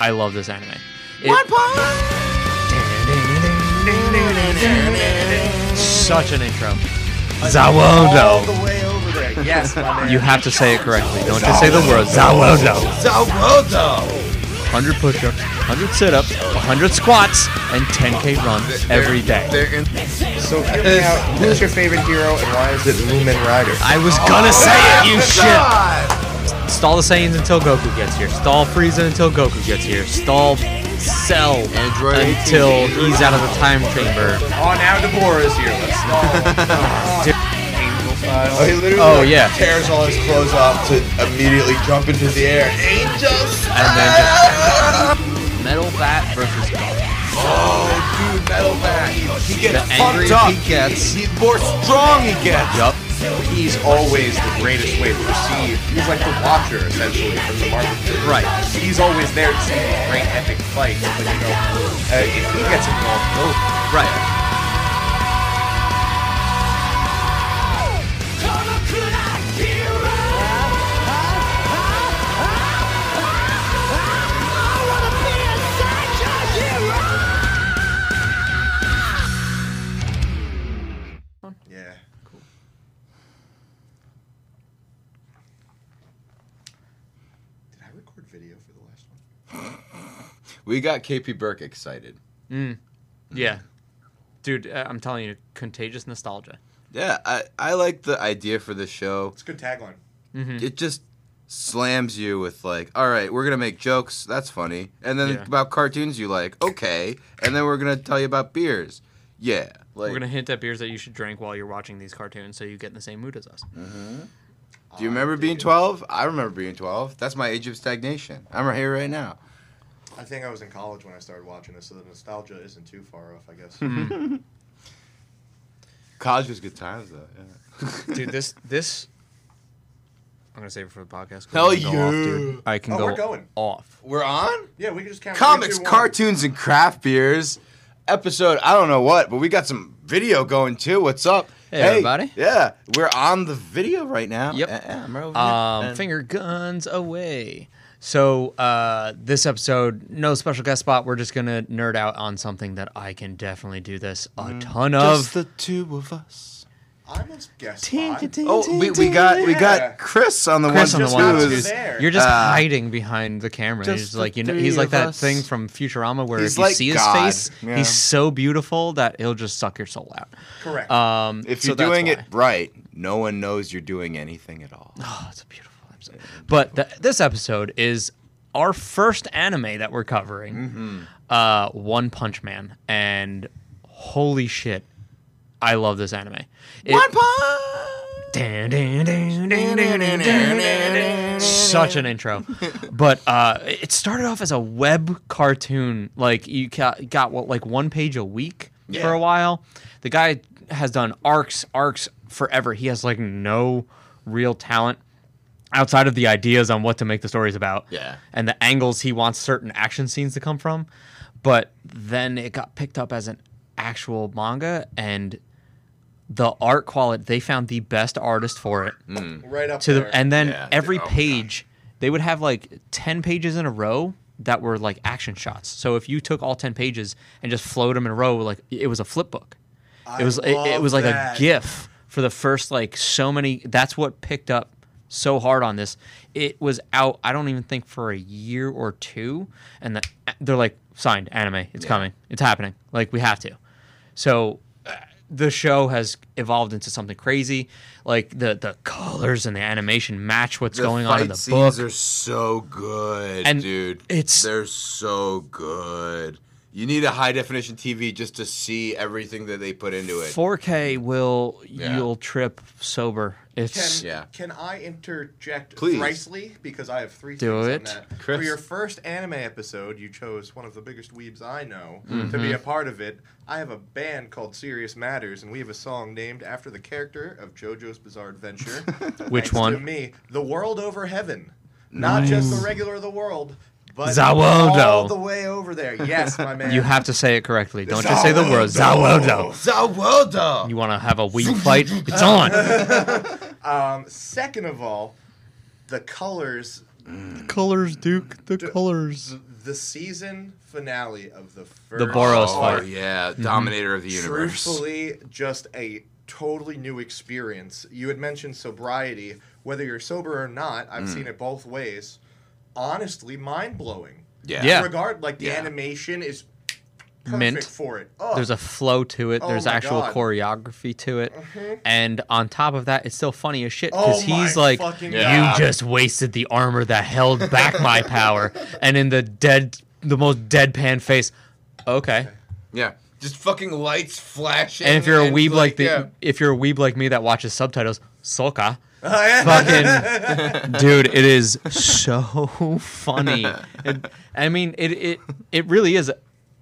I love this anime. It- Such an intro. Zawodo. the way over there. Yes, my man. You have to say it correctly. Don't just say the words. Zawodo. Zawodo. 100 push-ups, 100 sit-ups, 100 squats, and 10k runs every day. They're in- So hear me out. Who's your favorite hero and why is it Lumen Rider? I was gonna say it, you shit! Oh God. Stall the Saiyans until Goku gets here. Stall Frieza until Goku gets here. Stall Cell Android until he's out of the time chamber. On now, Deborah is here. Let's Oh, he literally Oh, like, yeah. tears all his clothes off to immediately jump into the air. Angels. And then just... Metal Bat versus Goku. Oh, dude, metal back. He gets The angrier pumped up. he gets- He- the more strong he gets. Yup. He's always the greatest way to receive. He's like the watcher, essentially, from the Marvel universe. Right. He's always there to see these great epic fights, but you know, uh, if he gets involved, no. Right. Yeah. Cool. Did I record video for the last one? We got KP Burke excited. Yeah. Dude, uh, I'm telling you, contagious nostalgia. Yeah, I, I like the idea for this show. It's a good tagline. It just slams you with like, all right, we're gonna make jokes. That's funny. And then Yeah. about cartoons you like, okay. And then we're gonna tell you about beers. Yeah, like, We're gonna hint at beers that you should drink while you're watching these cartoons, so you get in the same mood as us. do you remember Oh, being twelve? I remember being twelve. That's my age of stagnation. I'm right here right now. I think I was in college when I started watching this, so the nostalgia isn't too far off, I guess. Mm-hmm. College was good times though. Yeah. Dude, this this. I'm gonna save it for the podcast. 'cause Hell I can go off, yeah. dude. I can Oh, go we're going. off. we're on Yeah, we can just count. comics, cartoons, and craft beers. Episode I don't know what, but we got some video going too. What's up? Hey, everybody. Yeah, we're on the video right now. Yep. Yeah, yeah, I'm right over Um, here. And- finger guns away. So uh, this episode, no special guest spot. We're just gonna nerd out on something that I can definitely do this a ton of. the two of us. I'm a guest spot. Oh, we, we got we Yeah. got Chris on the Chris one on the just one who that's is- just- there. You're just Uh, hiding behind the camera. just He's the like you know, three he's like of that us. thing from Futurama where He's if you like see his God. face, Yeah. he's so beautiful that he'll just suck your soul out. Correct. Um, If so you're that's doing it why. right, no one knows you're doing anything at all. Oh, it's a beautiful episode. But th- this episode is our first anime that we're covering, Mm-hmm. uh, One Punch Man, and holy shit, I love this anime. One Punch. Such an intro, but uh, it started off as a web cartoon. Like you ca- got what like one page a week for a while. The guy has done arcs, arcs forever. He has like no real talent outside of the ideas on what to make the stories about Yeah. and the angles he wants certain action scenes to come from but then it got picked up as an actual manga and the art quality they found the best artist for it right up to there. the and then Yeah. every Oh my God. page they would have like 10 pages in a row that were like action shots so if you took all 10 pages and just flowed them in a row like it was a flip book it was it, it love was like that. a gif for the first like so many that's what picked up so hard on this it was out i don't even think for a year or two and the, they're like signed anime it's coming it's happening like we have to so uh, the show has evolved into something crazy. Like the the colors and the animation match what's going on in the book. scenes are so good, And dude. it's- they're so good. You need a high definition TV just to see everything that they put into it. 4K will Yeah. you'll trip sober. Can, It's Yeah. can I interject Please. thricely? Because I have three Do things it. on that. For Chris. your first anime episode, you chose one of the biggest weebs I know to Mm-hmm. be a part of it. I have a band called Serious Matters, and we have a song named after the character of JoJo's Bizarre Adventure. Which Thanks To one? me, The World Over Heaven. Not just the regular The World, but Zawodo. all the way over there. Yes, my man. you have to say it correctly. Don't just say the word Zawodo. Zawoda. You want to have a weak fight? It's on. Um, second of all, the colors colors, Duke. The colors. the season finale of the first The Boros oh, fight. yeah, dominator of the universe. Truthfully, just a totally new experience. You had mentioned sobriety. Whether you're sober or not, I've Mm. seen it both ways. Honestly, mind blowing. Yeah. Yeah. Regard like the Yeah. animation is perfect Mint. for it. Oh, There's a flow to it. Oh There's my actual God. Mm-hmm. choreography to it, and on top of that, it's still funny as shit because Oh my he's like, fucking "You God." just wasted the armor that held back my power," and in the dead, the most deadpan face. Okay. Yeah. Just fucking lights flashing. And if you're a weeb like, the, yeah. if you're a weeb like me that watches subtitles, Soka, fucking dude, it is so funny. It- I mean, it it it really is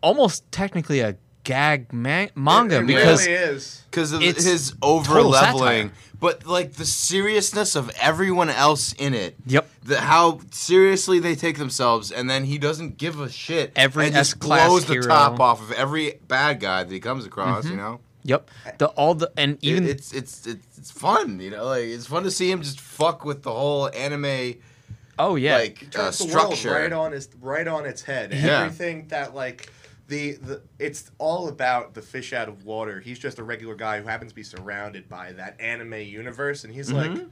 almost technically a gag ma- manga it because really is. because of It's his total over leveling, satire. but like the seriousness of everyone else in it. Yep. The, how seriously they take themselves, and then he doesn't give a shit. Every and just S-class blows the hero. top off of every bad guy that he comes across. You know, yep, the all the and It- even it's, it's it's it's fun. You know, like it's fun to see him just fuck with the whole anime oh yeah, like uh, turns the structure. world right on its right on its head. Yeah. Everything that like the, the it's all about the fish out of water. He's just a regular guy who happens to be surrounded by that anime universe, and he's Mm-hmm. like,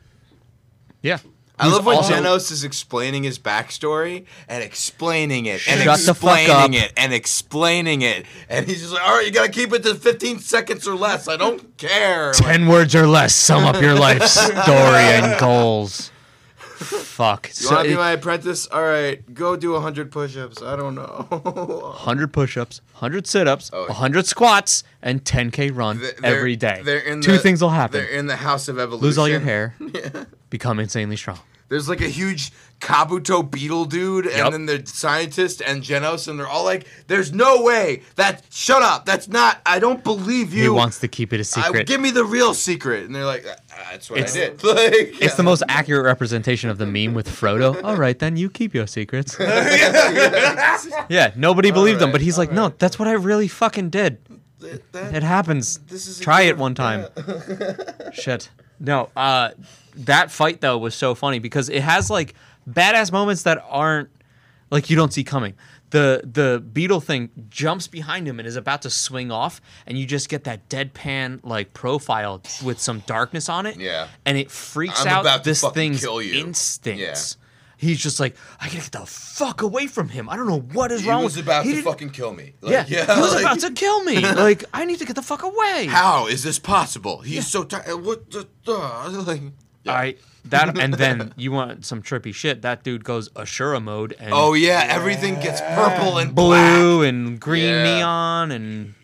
yeah. I love when also- Genos is explaining his backstory and explaining it and Shut the fuck explaining up. it and explaining it, and he's just like, "All right, you gotta keep it to 15 seconds or less. I don't care." Like, Ten words or less sum up your life story and goals. Fuck. you So wanna be it- my apprentice? All right, go do 100 push-ups. I don't know. 100 push-ups, 100 sit-ups, Oh, yeah. 100 squats, and 10k run They're- every day. they're in Two the- things will happen: They're in the house of evolution. lose all your hair, become insanely strong. There's like a huge Kabuto beetle dude, and Yep. then the scientist and Genos, and they're all like, "There's no way that. Shut up. That's not. I don't believe you." he wants to keep it a I- secret. give me the real secret. And they're like, "Ah, that's what It's- I did. Like, it's the most accurate representation of the meme with Frodo. All right, then you keep your secrets. yeah, nobody believed him, right, but he's all like, no, that's what I really fucking did. That- that- It happens. This is a Try it gift, one time. Shit. No, uh, that fight though was so funny because it has like badass moments that aren't like you don't see coming. The the beetle thing jumps behind him and is about to swing off, and you just get that deadpan like profile with some darkness on it. Yeah. and it freaks I'm out about to this fucking thing's kill you. instincts. He's just like, I gotta get the fuck away from him. I don't know what is He wrong. was with- about he to didn't- fucking kill me. yeah, Like, he was like, about to kill me. Like, I need to get the fuck away. How is this possible? He's so tired. What the? Uh, like, All right. That and then you want some trippy shit. That dude goes Ashura mode and oh yeah, everything gets purple and black. blue and green Yeah. neon and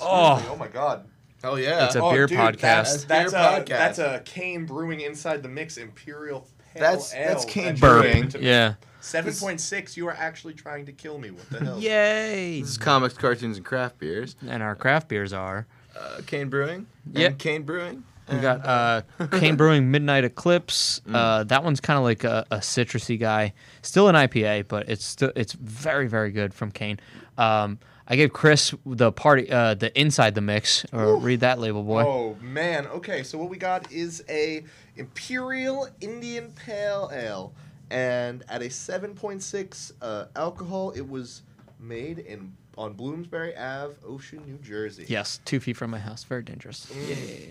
oh, oh my god. Hell yeah. It's a Oh, beer dude, podcast. that's- That's Beer a podcast. that's a cane brewing inside the mix imperial. Pale That's- ale that's Cane that you Burp. gave to me. yeah, Seven point six. You are actually trying to kill me. What the hell? yay! This is comics, cartoons, and craft beers. And our craft beers are Uh, Cane Brewing. Yeah. And Cane Brewing. we got uh, Cane Brewing Midnight Eclipse. Mm. Uh, that one's kind of like a, a citrusy guy. Still an IPA, but it's still it's very very good from Cane. Um, I gave Chris the party uh, the inside the mix or read that label boy. Oh man. Okay, so what we got is a Imperial Indian Pale Ale, and at a 7.6 uh, alcohol, it was made in on Bloomsbury Ave, Ocean, New Jersey. Yes, two feet from my house. Very dangerous.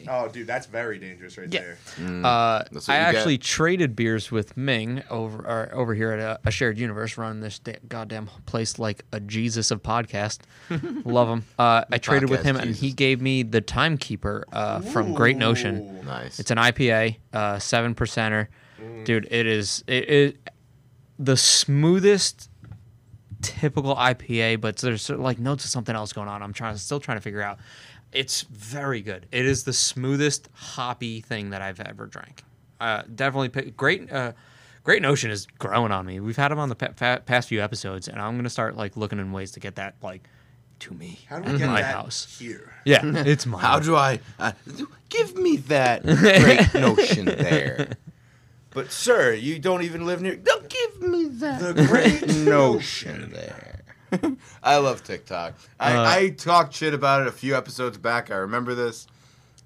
Oh, dude, that's very dangerous right Yeah. there. Uh, That's what I you get. actually traded beers with Ming over or over here at a, a shared universe, running this da- goddamn place like a Jesus of podcast. Love him. Uh, I traded with Podcast him, and he Jesus. gave me the Timekeeper uh, from Great Notion. Ooh. Nice. It's an IPA, uh, seven percenter. Dude, it is it, it the smoothest typical IPA, but there's sort of, like notes of something else going on. I'm trying still trying to figure out. It's very good. It is the smoothest hoppy thing that I've ever drank. Uh, definitely pick, great. Uh, Great Notion is growing on me. We've had him on the pa- pa- past few episodes, and I'm gonna start like looking in ways to get that like to me How do at we get my that house. here? Yeah, it's mine. How do I? Uh, give me that great notion there. But sir, you don't even live near. Don't give me that The great notion there. Uh, I love TikTok. I, I talked shit about it a few episodes back. I remember this.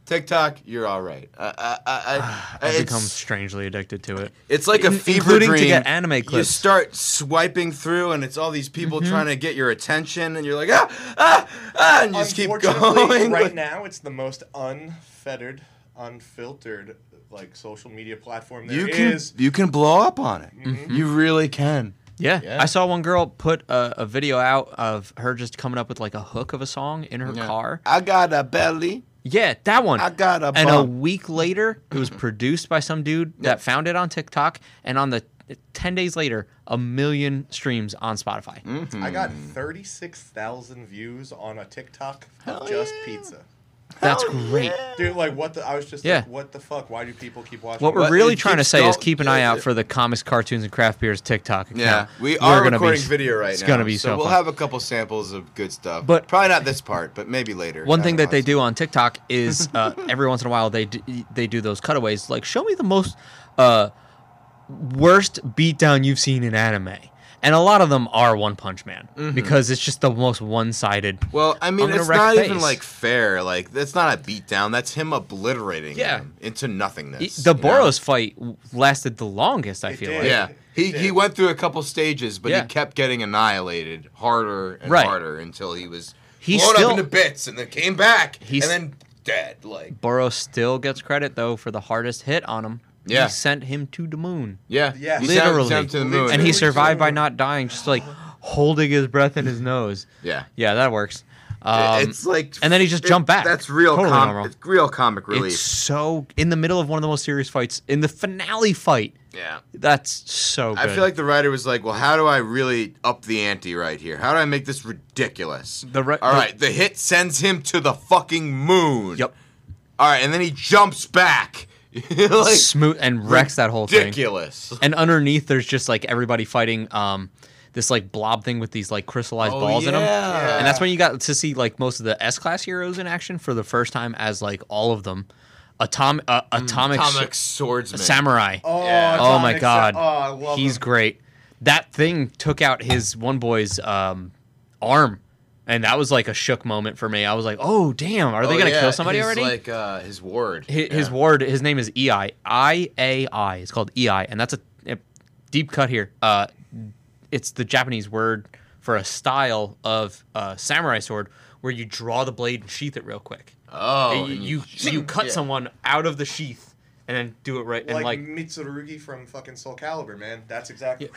TikTok, you're all right. I, I, I, I, I've it's, become strangely addicted to it. it's like a in- fever including to dream. get anime You clips. Mm-hmm. start swiping through, and it's all these people trying to get your attention, and you're like, ah, ah, ah, and you just keep Unfortunately, going. Right now, it's the most unfettered, unfiltered like social media platform there you is. can you can blow up on it. Mm-hmm. You really can. Yeah. Yeah. I saw one girl put a, a video out of her just coming up with like a hook of a song in her car. I got a belly. Yeah, that one. I got a And a bump. week later, it was produced by some dude that found it on TikTok, and on the ten days later, a million streams on Spotify. Mm. I got 36,000 views on a TikTok Hell of just yeah. pizza. That's Hell great. yeah. Dude, like what the I was just Yeah. like what the fuck? Why do people keep watching? What we're But really it trying to keeps say is going- keep an eye yeah, out it- for the comics, cartoons, and craft beers TikTok account. Yeah, we We're are gonna be- recording video right it's now. gonna be so. so we'll fun. have a couple samples of good stuff, But- probably not this part, but maybe later. One down thing the that they line. do on TikTok is uh, every once in a while they do, they do those cutaways like show me the most uh, worst beatdown you've seen in anime, and a lot of them are One Punch Man because it's just the most one sided. Well, I mean, gonna it's wreck not even face. like fair. Like that's not a beatdown. That's him obliterating Yeah. him into nothingness. the you know? Boros fight w- lasted the longest. I It feel did. like Yeah, he Yeah. he went through a couple stages, but Yeah. he kept getting annihilated harder and Right. harder until he was He blown still- up into bits, and then came back, He's- and then dead. Like Boros still gets credit though for the hardest hit on him. Yeah. he sent him to the moon. yeah, Yeah. he sent- sent Literally. him to the moon. and he Really survived by cool. not dying, just like holding his breath in his nose. yeah. Yeah, that works. Um, it's like, and then he just jumped back. That's real, Totally com- normal. it's real comic relief. it's so in the middle of one of the most serious fights in the finale fight. yeah, That's so. Good. I feel like the writer was like, "Well, how do I really up the ante right here? How do I make this ridiculous?" The ri- All the- right, the hit sends him to the fucking moon. Yep. All right, and then he jumps back. like smooth and wrecks that whole thing. ridiculous. And underneath, there's just like everybody fighting um, this like blob thing with these like crystallized Oh, balls in them. yeah. And that's when you got to see like most of the S class heroes in action for the first time as like all of them. Atom- uh, atomic, Mm, Atomic swordsman. samurai. Oh, Yeah. it's Oh on my Excel- god, Oh, I love he's him. great. That thing took out his one boy's um, arm, and that was like a shook moment for me. I was like, "Oh damn, are they Oh, gonna yeah, kill somebody he's already?" Like uh, his ward. Hi- his, Yeah. ward, his name is EI, I A I. It's called EI, and that's a, a deep cut here. Uh, it's the Japanese word for a style of uh, samurai sword where you draw the blade and sheath it real quick. Oh, And and you you, you cut yeah. someone out of the sheath and then do it right and like, like Mitsurugi from fucking Soul Calibur, man. That's exactly.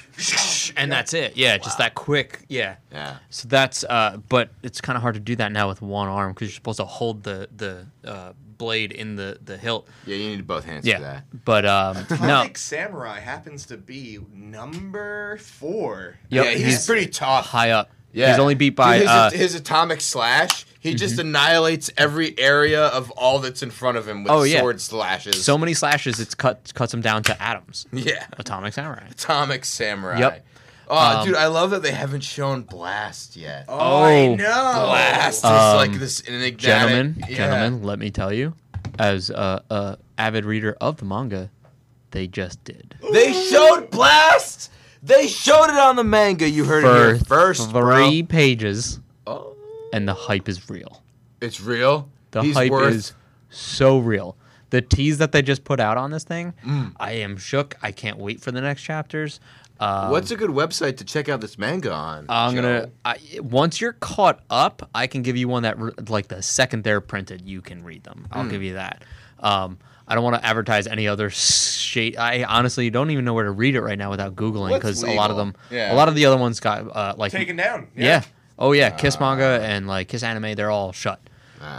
and that's it. Yeah, just that quick. Yeah. Yeah. So that's, uh, but it's kind of hard to do that now with one arm because you're supposed to hold the the uh, blade in the the hilt. Yeah, you need both hands Yeah. for that. But um, no. Atomic Samurai happens to be number four. Yep. yeah, he's, he's pretty tough. high up. Yeah. He's only beat by. Dude, his, uh, Mm-hmm. his atomic slash. He just annihilates every area of all that's in front of him with Oh, yeah. sword slashes. so many slashes, it's cut cuts him down to atoms. yeah, Atomic Samurai. atomic samurai. Yep. Oh, Um, dude, I love that they haven't shown blast yet. Oh, I Oh, know. blast is Um, like this enigmatic. Gentlemen, yeah. gentlemen, let me tell you, as a, a avid reader of the manga, they just did. They showed blast. They showed it on the manga. You heard it here first, bro. three pages, Oh. and the hype is real. It's real. The He's hype worth- is so real. The tease that they just put out on this thing, Mm. I am shook. I can't wait for the next chapters. Uh, What's a good website to check out this manga on? I'm Joe? gonna. I, once you're caught up, I can give you one that re- like the second they're printed, you can read them. I'll Mm. give you that. Um, I don't want to advertise any other shade. I honestly don't even know where to read it right now without googling What's because a lot of legal? them, Yeah. a lot of the other ones got uh, like Taken down. Yeah. Oh yeah, Kiss Ah. manga and like Kiss anime, they're all shut.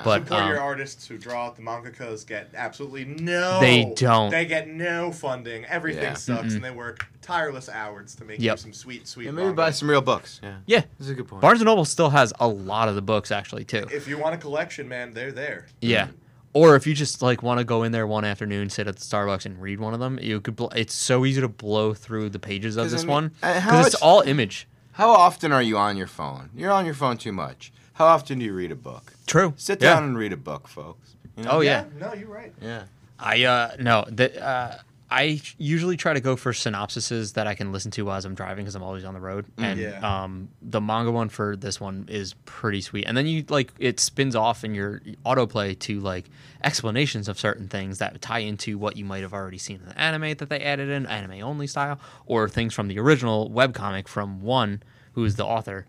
but Support um, your artists who draw out the mangakas get absolutely no. They don't. They get no funding. Everything Yeah. sucks, and they work tireless hours to make Yep. you some sweet, sweet. Yeah, maybe manga. buy some real books. Yeah. yeah, This is a good point. Barnes and Noble still has a lot of the books actually too. If you want a collection, man, they're there. Yeah. Or if you just like want to go in there one afternoon, sit at the Starbucks and read one of them, you could. Bl- it's so easy to blow through the pages of 'Cause, I this mean, one uh, how because it's much- all image. How often are you on your phone? You're on your phone too much. How often do you read a book? True. Sit Yeah. down and read a book, folks. You know? Oh yeah. No, you're right. Yeah. I uh no. The, uh, I usually try to go for synopsises that I can listen to as I'm driving because I'm always on the road. And Yeah. um, the manga one for this one is pretty sweet. And then you like it spins off in your autoplay to like explanations of certain things that tie into what you might have already seen in the anime that they added in anime only style, or things from the original webcomic from one who is the author.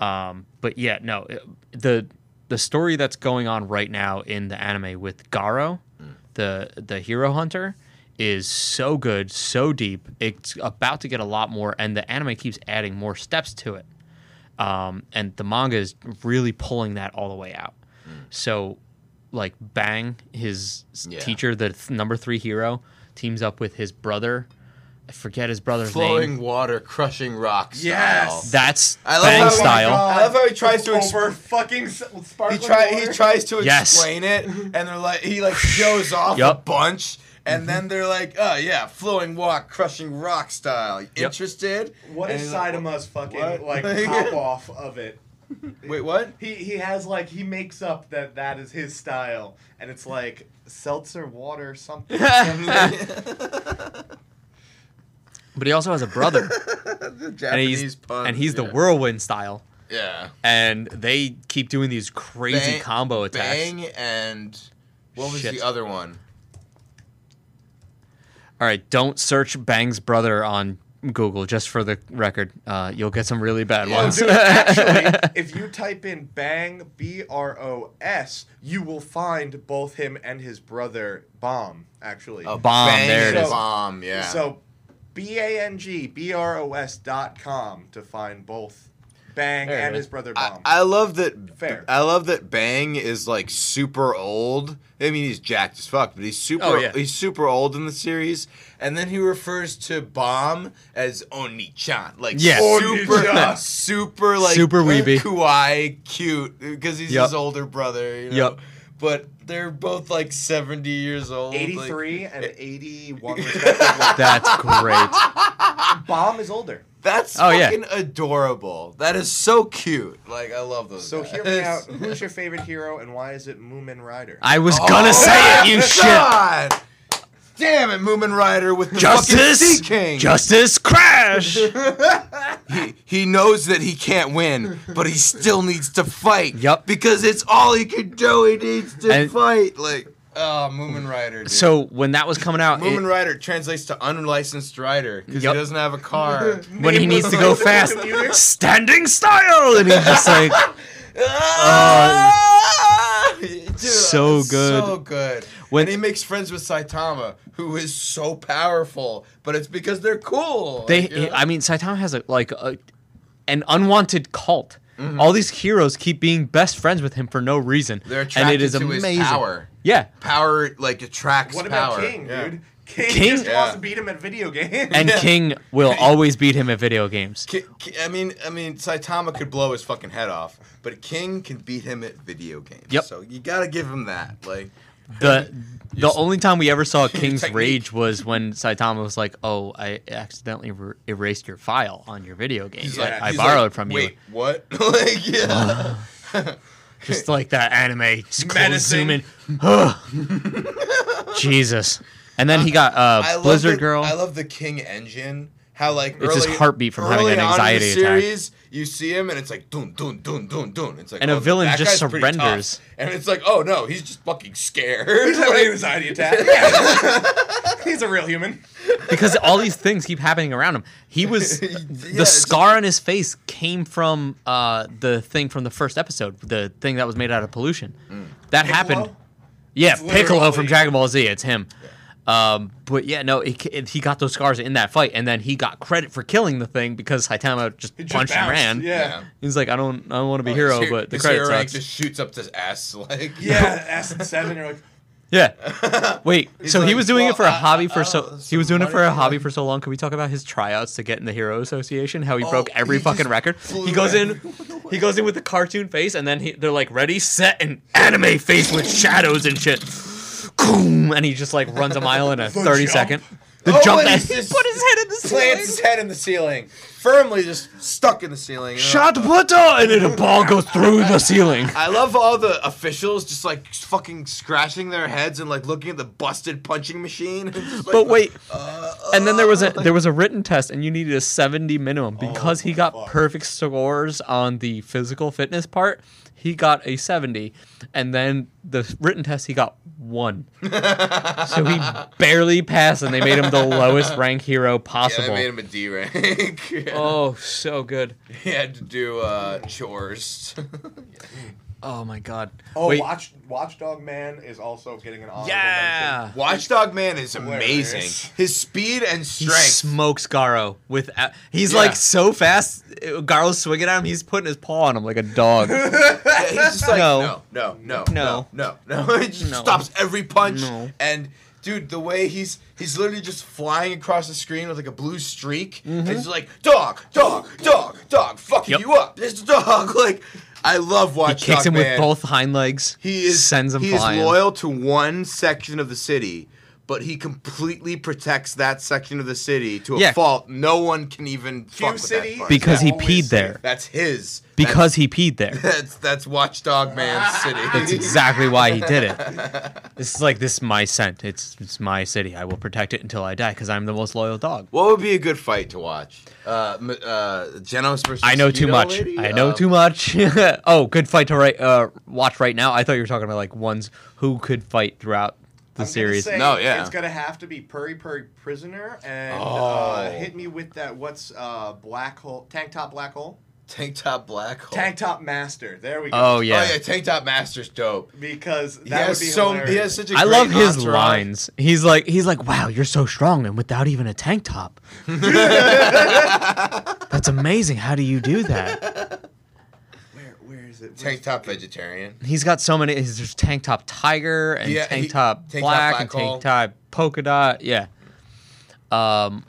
Um, but yeah, no, it- the the story that's going on right now in the anime with Garo, Mm. the the hero hunter, is so good, so deep. It's about to get a lot more, and the anime keeps adding more steps to it. Um, and the manga is really pulling that all the way out. So, like Bang, his s- Mm. Yeah. teacher, the th- number three hero, teams up with his brother. I forget his brother's Flowing name. water, crushing rocks. Yes! That's I love Bang how- style. I love how he tries to exp- over Oh, fucking s- He sparkling try he water. tries to Yes. explain it, and they're like he like shows off a Yup. Mm-hmm. bunch, and then they're like, oh yeah, flowing walk, crushing rock style. Interested? What And if he's like, Sidama's fucking what? like pop off of it? Wait, what? He he has like he makes up that that is his style, and it's like seltzer water something. But he also has a brother, The and Japanese he's pun. and he's the yeah. whirlwind style, yeah. and they keep doing these crazy Bang- combo attacks. Bang and what was Shit. the other one? All right, don't search Bang's brother on Google, just for the record. Uh, you'll get some really bad Yeah. Oh, ones. dude, actually, if you type in Bang B R O S, you will find both him and his brother Bomb. Actually, A Bomb, bang there it and a is. Bomb. Yeah. so B A N G B R O S dot com to find both Bang There it and is. his brother I, Bomb. I love that. Fair. I love that Bang is like super old. I mean, he's jacked as fuck, but he's super. Oh, yeah. He's super old in the series, and then he refers to Bomb as Oni-chan, like Yes. super, Oni-chan. super like Super weeby. kawaii, cute, because he's Yep. his older brother. You know? Yep. But they're both like seventy years old. like- 83 and 81 respectively. That's great. Bomb is older. that's Oh, yeah. fucking adorable. That is so cute. Like I love those. So guys. hear me out. Who's your favorite hero and why is it Moomin Rider? I was Oh, gonna say it, you damn, shit. God. Damn it, Moomin Rider with the fucking Justice, Sea King. Justice, crash. he, he knows that he can't win, but he still needs to fight. Yup. Because it's all he can do. He needs to And- fight. Like, oh, Moomin Rider. Dude. so when that was coming out, Moomin it, Rider translates to unlicensed rider because Yup. he doesn't have a car. when he Name needs was to go on the fast, computer. standing style, and he's just like, Ah! Dude, So it's good. So good. When- When he makes friends with Saitama, who is so powerful, but it's because they're cool. They, eh, like, you know? I mean, Saitama has a, like a, an unwanted cult. Mm-hmm. All these heroes keep being best friends with him for no reason, They're and it attracted is to his amazing. power. Yeah, power like attracts What about power. King, Yeah. dude? King, King? just Yeah. wants to beat him at video games. and Yeah. King will always beat him at video games. Ki- ki- I mean, I mean, Saitama could blow his fucking head off, but King can beat him at video games. Yep. So you gotta give him that. Like, the the only time we ever saw King's technique. rage was when Saitama was like, "Oh, I accidentally re- erased your file on your video game. he's Like, like, I he's borrowed like, from Wait, you." Uh, what? like, yeah. Just like that anime, just close Menacing. zoom in. Jesus. And then he got I uh, love Blizzard the- Girl. I love the King engine. How like It's his early- heartbeat from having early an on in the anxiety attack. series, You see him and it's like dun dun dun dun dun. It's like And a oh, villain that just guy's pretty tough. surrenders. and it's like oh no, he's just fucking scared. He's having an anxiety attack. Yeah. He's a real human. because all these things keep happening around him. He was the it's- scar on his face came from uh, the thing from the first episode, the thing that was made out of pollution. That happened. Mm. Piccolo? Yeah, It's Piccolo from literally- Dragon Ball Z. It's him. Um, but yeah, no, it, it- he got those scars in that fight, and then he got credit for killing the thing because Haitama just He just punched and bounced, ran. Yeah. Oh, He's like, I don't, I don't want to be His hero, hero- but the his credit hero rank sucks. just shoots up his ass like Yeah, acid seven. You're like, Yeah. Wait. so he like, was doing "Well, it for a I- hobby for I- so oh, he was doing it somebody for a can hobby win." for so long. Can we talk about his tryouts to get in the Hero Association? How he Oh, broke every he fucking just record. flew He goes in. away. He goes in with the cartoon face, and then he, they're like, "Ready, set, and anime face with shadows and shit." Boom, and he just like runs a mile in a The thirty jump. second. The Oh, jump and that he's he just- put his head in the Plants ceiling. his head in the ceiling, firmly just stuck in the ceiling. you know? Shot Pluto, and then a ball goes through the ceiling. I love all the officials just like fucking scratching their heads and like looking at the busted punching machine. Just like, uh, But wait, and then there was a there was a written test, and you needed a seventy minimum Oh because he got perfect scores on the physical fitness part. He got a seventy, and then the written test he got one. so he barely passed, and they made him the lowest rank hero yeah, they possible. made him a D rank. yeah. oh, so good. He had to do uh, chores. Oh my god. Oh, Wait, Watch Watchdog Man is also getting an honorable mention. yeah. Watchdog Man is amazing. Hilarious. His speed and He strength. smokes Garo with. He's Yeah. like so fast. Garo's swinging at him. He's putting his paw on him like a dog. Yeah, he's just like, no, No. no, no, no, No. no, no. He just No. stops every punch. No. And dude, the way he's he's literally just flying across the screen with like a blue streak. And he's like, dog, dog, dog, dog, fucking Mm-hmm. Yep. you up. This dog. Like, I love He watching. kicks him man. with both hind legs. He is sends him He is flying. loyal to one section of the city. But he completely protects that section of the city to a Yeah. fault. No one can even fuck with that City part. Be- because he Always peed safe. there. That's his. Because he peed there. That's that's Watchdog Man's city. That's exactly why he did it. This is like this is my scent. It's it's my city. I will protect it until I die because I'm the most loyal dog. What would be a good fight to watch? Uh, m- uh, Genos versus. I know too Mosquito much. Lady? I know Uh, too much. oh, good fight to right, uh, watch right now. I thought you were talking about like ones who could fight throughout the I'm gonna series. say No, yeah. It's gonna have to be Purry Purry Prisoner and Oh. uh, hit me with that. What's uh black hole? Tank top black hole. Tank top black hole. Tank top master. There we go. oh Yeah. Oh yeah, yeah, tank top master's dope. Because that He has would be so hilarious. he has such a I great love his entourage. lines. He's like he's like, wow, you're so strong and without even a tank top. That's amazing. How do you do that? where, where is it? Tank top vegetarian. He's got so many. His, there's tank top tiger and Yeah, tank he- top tank top black and black hole. tank top polka dot. Yeah. Um,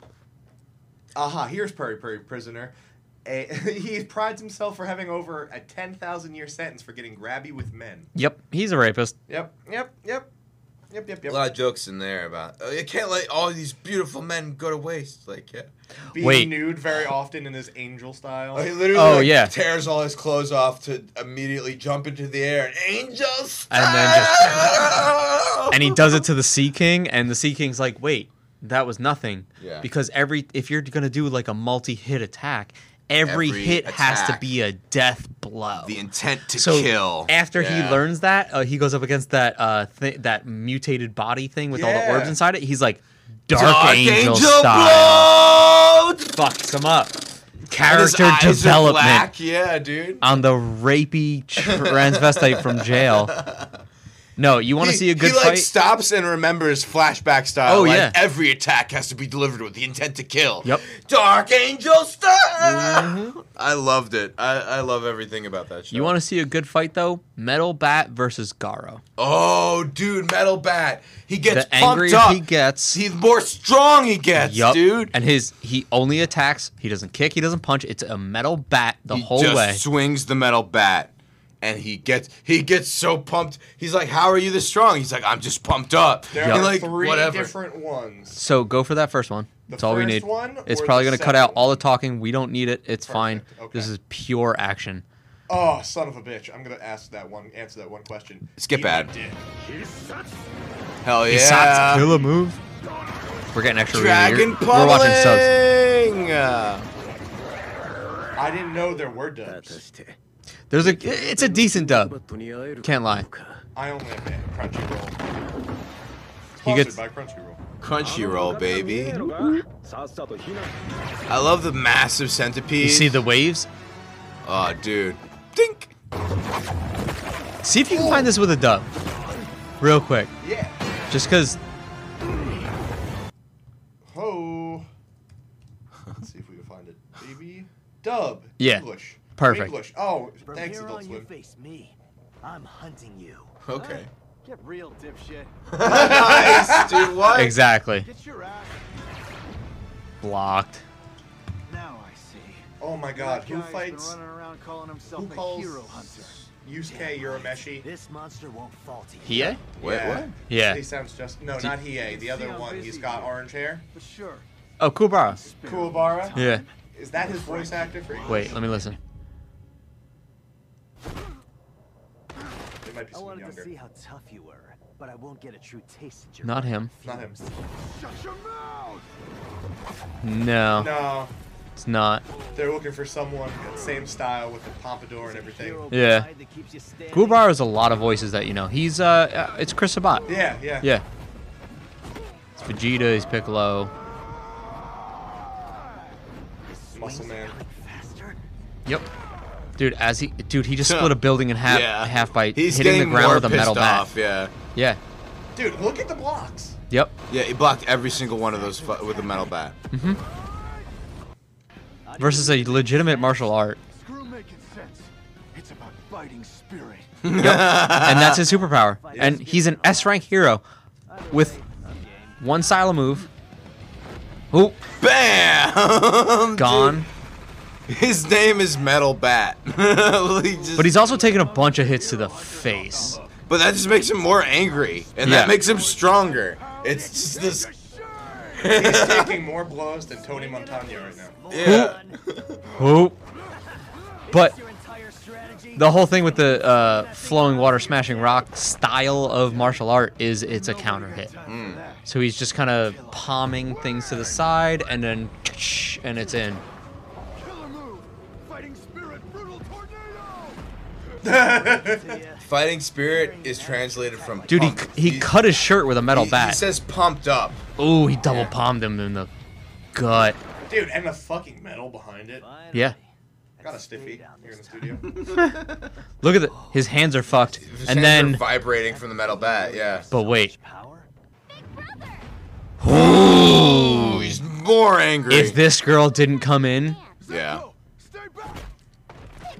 Aha! Here's Purry Purry Prisoner. A, he prides himself for having over a ten thousand year sentence for getting grabby with men. yep. He's a rapist. Yep. Yep. Yep. Yep. Yep. A Yep. lot of jokes in there about oh, you can't let all these beautiful men go to waste. Like yeah. Being Wait. nude very often in his angel style. Oh, he literally Oh, like, yeah. tears all his clothes off to immediately jump into the air and angels. And then just- And he does it to the Sea King, and the Sea King's like, wait, that was nothing. Yeah. Because every if you're gonna do like a multi-hit attack, every, Every hit has to attack. be a death blow. the intent to so kill. after Yeah. he learns that, uh, he goes up against that uh thi- that mutated body thing with all the Yeah. orbs inside it. He's like, Dark, Angel, style. blow! fucks him up. And his Character eyes are development black. Yeah, dude. on the rapey transvestite from jail. No, you want to He- see a good he, like, fight? stops and remembers flashback style. Oh, like, yeah. Every attack has to be delivered with the intent to kill. Yep. Mm-hmm. Dark Angel style. I loved it. I, I love everything about that show. you want to see a good fight though? Metal Bat versus Garo. Oh, dude, Metal Bat. He gets The pumped angrier up. he gets, He's more strong. He gets, yup, dude. And his he only attacks. He doesn't kick. He doesn't punch. It's a metal bat the he whole just way. swings the metal bat and he gets he gets so pumped he's like how are you this strong he's like i'm just pumped up there Yeah. are And, like three whatever different ones. So go for that first one. The That's all we first need. one it's or probably the going to cut out second all the talking. We don't need it. It's fine. okay. This is pure action. Oh, son of a bitch! I'm gonna ask that one, answer that one question. Skip Eat my ad. dick. hell yeah Besides kill a move. We're getting extra. dragon reading. We're- We're watching subs. puddling Uh, I didn't know there were dubs. There's a it's a decent dub. Can't lie. I only have that Crunchyroll. He Sponsored gets- by Crunchyroll. crunchyroll baby i love the massive centipede You see the waves? oh dude think See if you can find this with a dub. Real quick. Yeah. Just cuz Ho. Let's see if we can find it. Baby. Dub. Yeah. English. Perfect. English. Oh, From thanks, here Adult on, you Swim. face me. I'm hunting you. okay Get real, dipshit. nice dude what exactly. Get your ass. Blocked. Now I see. Oh my That god, who guy's Uh, fights? Been running around calling himself Who a calls? hero hunter. Yusuke Urameshi. This monster won't fall to you. Hiei? Wait, Yeah. what? Yeah. He sounds just no, not Hiei. The other one, he's got orange hair. For sure. Oh, Kubara. Kuwabara. Yeah. Is that his voice actor for? Wait, let me listen. It might be I someone wanted to younger. see how tough you were, but I won't get a true taste of your Not him. Not him. No, No, it's not. they're looking for someone same style with the pompadour and everything. hero Yeah. pride that keeps you standing. Kubar has a lot of voices that you know. He's uh, uh it's Chris Sabat. Yeah, yeah. Yeah. It's Vegeta. He's Piccolo. Muscle man. Faster. Yep. Dude, as he, dude, he just Huh. split a building in half, yeah. half by He's hitting the getting ground more with a metal pissed bat. Off, yeah. Yeah. Dude, look at the blocks. Yep. Yeah, he blocked every single one of those fu- with a metal bat. Versus a legitimate martial art, Screw making sense. It's about fighting spirit. and that's his superpower. And he's an S rank hero, with one style of move. Oop, Bam! gone. Dude, His name is Metal Bat. He just- But he's also taking a bunch of hits to the face. But that just makes him more angry, and Yeah. that makes him stronger. It's just this. He's taking more blows than Tony Montana right now. Yeah. Oop. But Your entire strategy. the whole thing with the uh, flowing water smashing rock style of martial art is it's a counter hit. Mm. So he's just kind of palming things to the side and then and it's in. Killer move. Fighting spirit. Brutal tornado. Fighting spirit is translated from. Dude, he, pumped. he cut his shirt with a metal he, He bat. says pumped up. Ooh, he double palmed him in the gut. Dude, and the fucking metal behind it. Yeah. Got a stiffy here in the studio. Look at the his hands are fucked. His hands And are then vibrating from the metal bat. Yeah. but wait, Power. Ooh, he's more angry. if this girl didn't come in, yeah.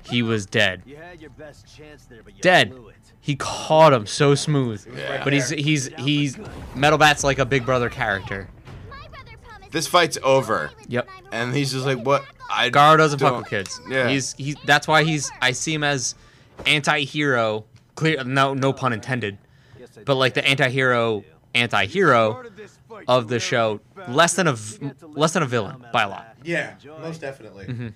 he was dead. You had your best chance there, but you Dead. blew it. He caught him so smooth. Yeah. But he's he's he's Metal Bat's like a big brother character. This fight's over, Yep. and he's just like, "What? I Garo doesn't fuck don't- with kids. Yeah. He's he. That's why he's. I see him as anti-hero. Clear. No, no pun intended. Guess I But did like the that. anti-hero, anti-hero of the show, less than a v- less than a villain by a lot. Yeah, most definitely. Mm-hmm.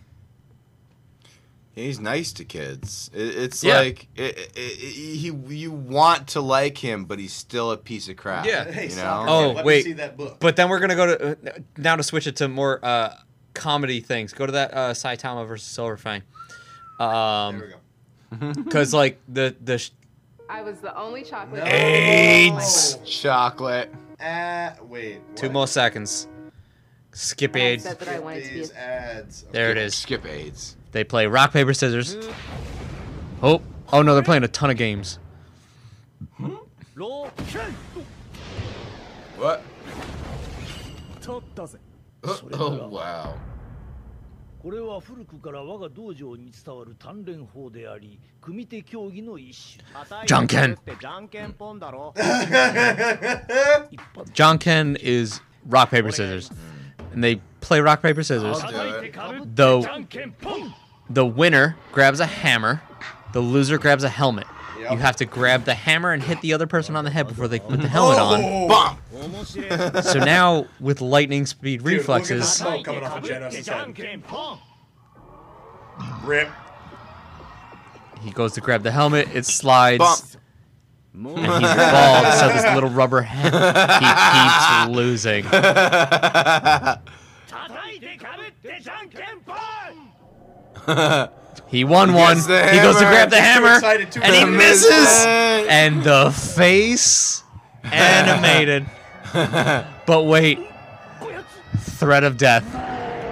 He's nice to kids. It, it's Yeah. like it, it, it, he you want to like him, but he's still a piece of crap. Yeah. Hey, you soccer, know. Oh, let wait. me see that book. But then we're gonna go to uh, now to switch it to more uh, comedy things. Go to that uh, Saitama versus Silverfang. there we Um, go. because like the the sh- I was the only chocolate. No. AIDS. Chocolate. Ah, wait. What? two more seconds. Skip I AIDS. said that I wanted to be These a ads. There it is. Skip AIDS. They play rock paper scissors. Oh, oh no, they're playing a ton of games. What? Oh, oh, wow. これは古くから我が道場に伝わる鍛錬法であり組手競技の一種じゃんけん John Ken is rock paper scissors, and they play rock paper scissors. I'll do it. The the winner grabs a hammer, the loser grabs a helmet. Yep. You have to grab the hammer and hit the other person on the head before they put the helmet on. Bomb. So now with lightning speed Dude, Look at the reflexes, smoke coming off of Genos' head. Rip. he goes to grab the helmet, it slides. Bump. And he's bald, so this little rubber hand, he keeps losing. He won He one. gets the He goes to hammer. grab the He's so hammer, excited too. and he The misses. Misses. And the face animated. but wait, threat of death.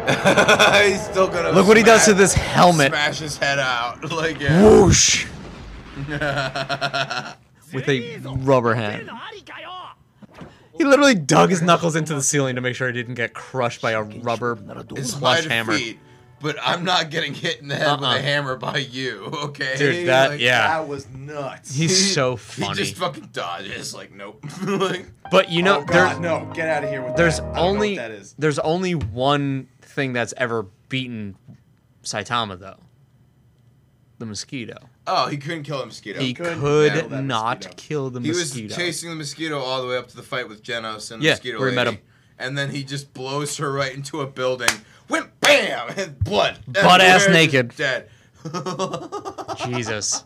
he's still gonna. Look what he does to smash- this helmet. Smash his head out. Like yeah. Whoosh. With a rubber hand. He literally dug his knuckles into the ceiling to make sure he didn't get crushed by a rubber It's my plush hammer. defeat, But I'm not getting hit in the head with Uh-uh. a hammer by you, okay? Dude, that Like, yeah. That was nuts. He's so He funny. just fucking dodges, like, nope. like, But you know, oh, there, God, no, get out of here with there's that. I don't know only what that is. there's only one thing that's ever beaten Saitama though. The mosquito. Oh, he couldn't kill a mosquito. He couldn't could handle that not mosquito. kill the He was mosquito. chasing the mosquito all the way up to the fight with Genos and the Yeah, mosquito where he met lady. him. And then he just blows her right into a building. Went bam and blood. And Butt-ass we're just naked. Dead. oh Jesus,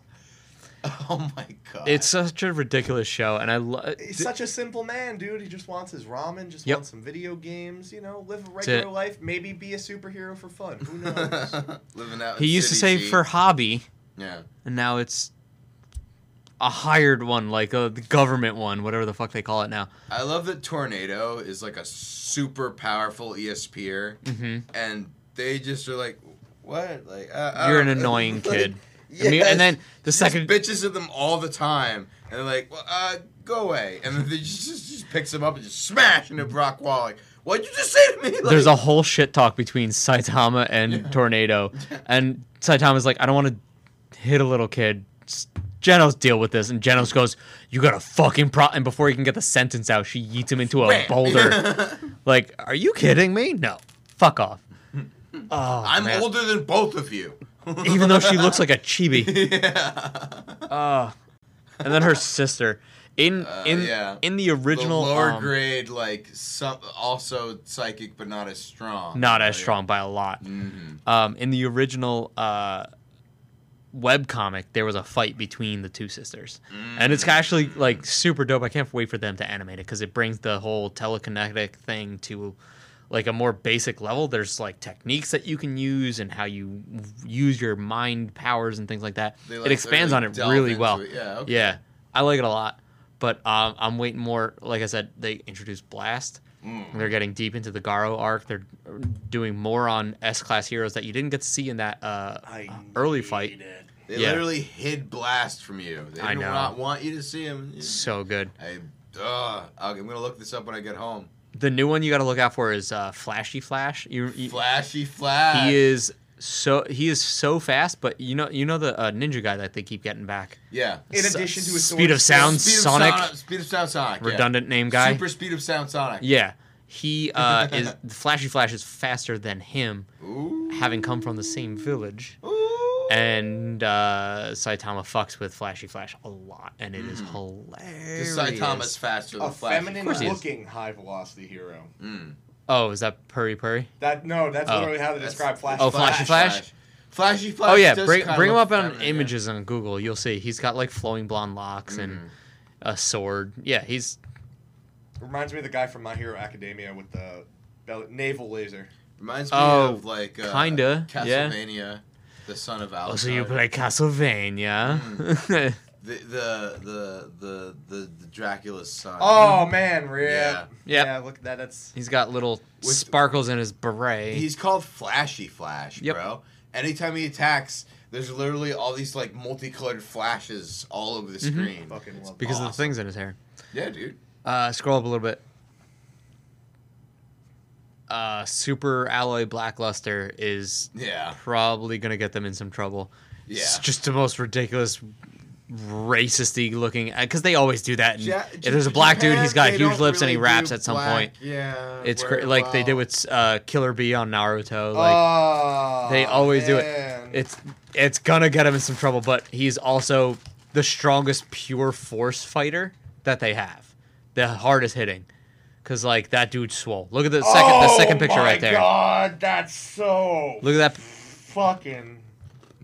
my god. it's such a ridiculous show, and I love. He's such a simple man, dude. He just wants his ramen, just Yep. wants some video games, you know, live a it. regular life, maybe be a superhero for fun. Who knows? living out. in He used to say City G. for hobby, yeah. and now it's a hired one, like a the government one, whatever the fuck they call it now. I love that Tornado is like a super powerful E ESPer, Mhm. and they just are like, what? Like uh, I You're an don't- annoying like, kid. Yes. I mean, and then the Just second bitches at them all the time, and they're like, well, uh, go away, and then they just, just just picks them up and just smash into Brock Wall. Like, what'd you just say to me? Like, there's a whole shit talk between Saitama and Tornado, and Saitama's like, I don't want to hit a little kid. S- Genos deal with this, and Genos goes, "You got a fucking pro." And before he can get the sentence out, she yeets him into a Bam. boulder. like, are you kidding me? No, fuck off. Oh, I'm man. older than both of you. Even though she looks like a chibi. yeah. Oh. And then her sister in Uh, in yeah. in the original the lower um, grade, like some also psychic, but not as strong. not as Like, strong by a lot. mhm. Um, in the original uh, web comic, there was a fight between the two sisters, and Mm. it's actually like super dope. I can't wait for them to animate it because it brings the whole telekinetic thing to like a more basic level. There's like techniques that you can use and how you use your mind powers and things like that. They, like, it expands on it literally delve really into well. it. Yeah, okay. yeah, I like it a lot. But um, I'm waiting more. Like I said, they introduced Blast. They're getting deep into the Garo arc. They're doing more on S class heroes that you didn't get to see in that uh, early fight. They Yeah. literally hid Blast from you. They did I know. not want you to see him. So good. I, uh, I'm gonna look this up when I get home. The new one you got to look out for is uh, Flashy Flash. You, you- Flashy Flash. he is so he is so fast, but you know you know the uh, ninja guy that they keep getting back. Yeah. In S- addition to his speed of sword- sound, Speed of Sonic, Speed of Sound Sonic. yeah. redundant name guy. Super Speed of Sound Sonic. Yeah, he uh, is Flashy Flash is faster than him, Ooh. having come from the same village. Ooh. And uh, Saitama fucks with Flashy Flash a lot, and it is 'Cause hilarious. Saitama's faster than a Flash. Oh, feminine course he is. looking high velocity hero. Mm. Oh, is that Purry Purry? That no, that's Oh. literally how they That's- describe Flash. Oh, Flash. Flashy Flash? Flashy Flash. Oh yeah, does bring kinda bring him up look on feminine, yeah. images on Google. You'll see he's got like flowing blonde locks Mm. and a sword. Yeah, he's Reminds me of the guy from My Hero Academia with the bell- naval laser. Reminds me Oh, of like uh, kinda, yeah. Castlevania, the son of Alucard. oh, so you play Castlevania. the, the the the the the Dracula's son. Oh man, rip. Yeah. Yeah. Uh-huh. Yep. look at that. That's he's got little With- sparkles in his beret. He's called Flashy Flash, Yep. bro. Anytime he attacks, there's literally all these like multicolored flashes all over the Mm-hmm. screen. fucking love. because of the awesome. things in his hair. Yeah, dude. Uh, scroll up a little bit. Uh, Super Alloy Blackluster is Yeah. probably gonna get them in some trouble. Yeah. It's just the most ridiculous, racisty looking. Because they always do that. And Ja- Mm. if there's a black dude, he's got Japan, huge they lips don't and he really raps do at some black, point. Yeah, It's very cra- like they well. did with uh, Killer B on Naruto. Like Ah. oh, they always do it. Oh. man. It's it's gonna get him in some trouble, but he's also the strongest pure force fighter that they have. The hardest hitting, because like that dude's swole. Look at the second the Oh second picture right there. My God, that's so Look at that. fucking.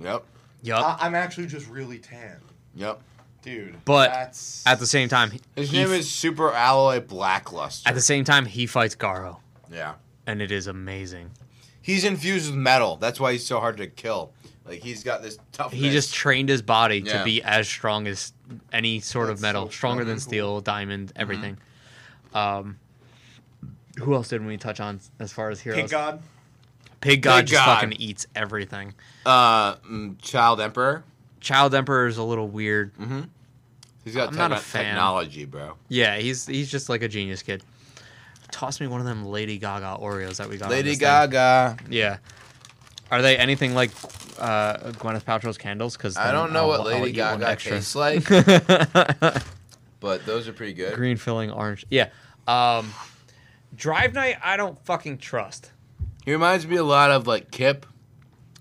Yep. Yup. Uh, I- I'm actually just really tan, Yep. dude. But that's at the same time, His he name f- is Super Alloy Blackluster. at the same time he fights Garo, yeah. and it is amazing. He's infused with metal. That's why he's so hard to kill. Like he's got this toughness. He just trained his body Yeah. to be as strong as any sort of That's metal, so stronger than fucking steel, Mm-hmm. diamond, everything. Um, who else did we touch on as far as heroes? Pig God. Pig God Pig just God. fucking eats everything. uh mm, Child Emperor. Child Emperor is a little weird. He's got I'm not a techno- fan. technology, bro. Yeah, he's he's just like a genius kid. Toss me one of them Lady Gaga Oreos that we got. on Lady this thing. Gaga. Yeah. Are they anything like uh, Gwyneth Paltrow's candles? Because I don't know what Lady Gaga tastes like, but those are pretty good. Green filling, orange. Yeah. Um, Drive Night, I don't fucking trust. He reminds me a lot of like Kip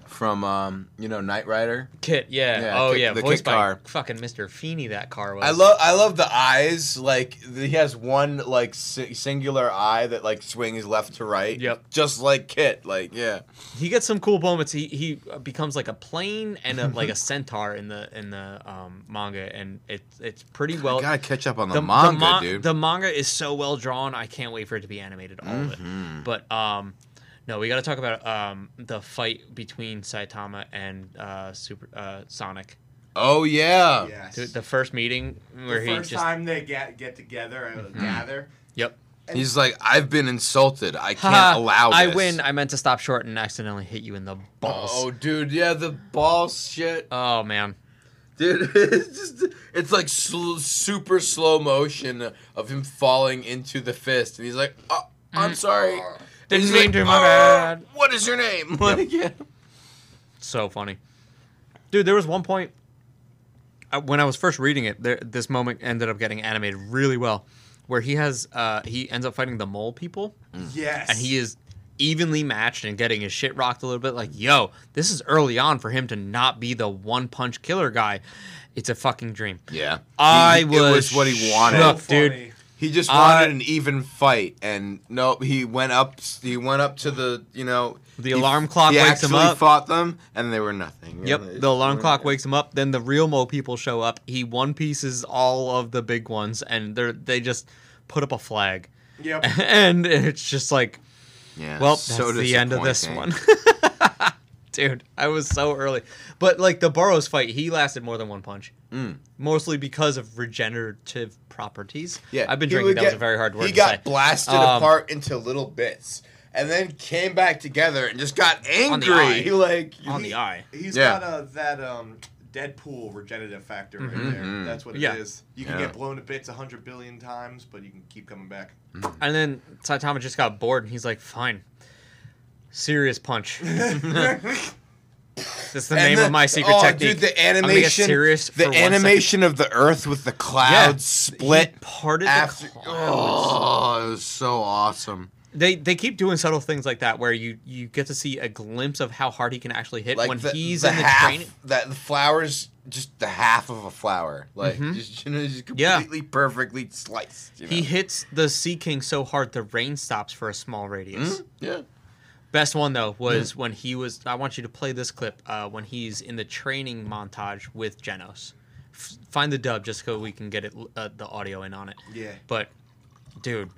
from um, you know Knight Rider. Kit, yeah. Yeah, oh Kit- yeah, the voiced Kit by car. fucking Mr. Feeney. That car was. I love I love the eyes. Like he has one like si- singular eye that like swings left to right. Yep. Just like Kit. Like yeah. He gets some cool moments. He he becomes like a plane and a, like a centaur in the in the um, manga, and it's it's pretty well. gotta catch up on the, the, manga, the ma- dude. the manga is so well drawn. I can't wait for it to be animated, all of Mm-hmm. it. But um, no, we got to talk about um the fight between Saitama and uh Super uh Sonic. oh yeah. Yes. Dude, the first meeting where the he first just Mm-hmm. time they get get together and gather. yep. He's like, I've been insulted. I can't Ha, allow. This. I win. I meant to stop short and accidentally hit you in the balls. Oh, Oh, dude, yeah, the ball shit, man. dude. It's just, it's like sl- super slow motion of him falling into the fist, and he's like, oh, "I'm sorry." And Didn't he's mean like, to, my "Oh, bad." What is your name? Like, yeah. So funny. Dude, there was one point I- when I was first reading it, there, this moment ended up getting animated really well where he has uh, he ends up fighting the mole people Mm. Yes. and he is evenly matched and getting his shit rocked a little bit like yo this is early on for him to not be the one punch killer guy it's a fucking dream Yeah. I He- was It was what he wanted. shook. So dude. funny. He just I- wanted an even fight, and no, he went up. He went up to the you know The he- alarm clock he wakes him actually up. Fought them, and they were nothing. Yep, the alarm clock wakes him up. Then the real mole people show up. He one pieces all of the big ones, and they are they just put up a flag, Yep. and it's just like, Yeah. well, that's so the end of this disappointing. one. Dude, I was so early, but like the Burrows fight, he lasted more than one punch, Mm. mostly because of regenerative properties. I've been he drinking. would That was get- a very hard word. He to got say. blasted Um, apart into little bits, and then came back together and just got the angry. eye. He like on he- the eye. He's Yeah. got uh, that um, Deadpool regenerative factor right there. That's what Mm-hmm. Yeah. it is. You can Mm-hmm. Yeah. get blown to bits a hundred billion times, but you can keep coming back. And then Saitama just got bored, and he's like, "Fine, serious punch." That's the and name the- of my secret oh, technique. Dude, the I'm gonna get animation, serious for the one animation of the Earth with the second. Yeah. clouds split He parted after. the clouds. Oh, it was so awesome. They they keep doing subtle things like that where you you get to see a glimpse of how hard he can actually hit Like when the, he's the in the half, training. that the flowers just the half of a flower, like Mhm. just, you know, just Yeah. completely perfectly sliced. You know? He hits the Sea King so hard the rain stops for a small Mm-hmm. radius. Hmm? yeah. Best one though was when he was. I want you to play this clip uh, when he's in the training montage with Genos. F- find the dub just so we can get it uh, the audio in on it. Yeah. But, dude,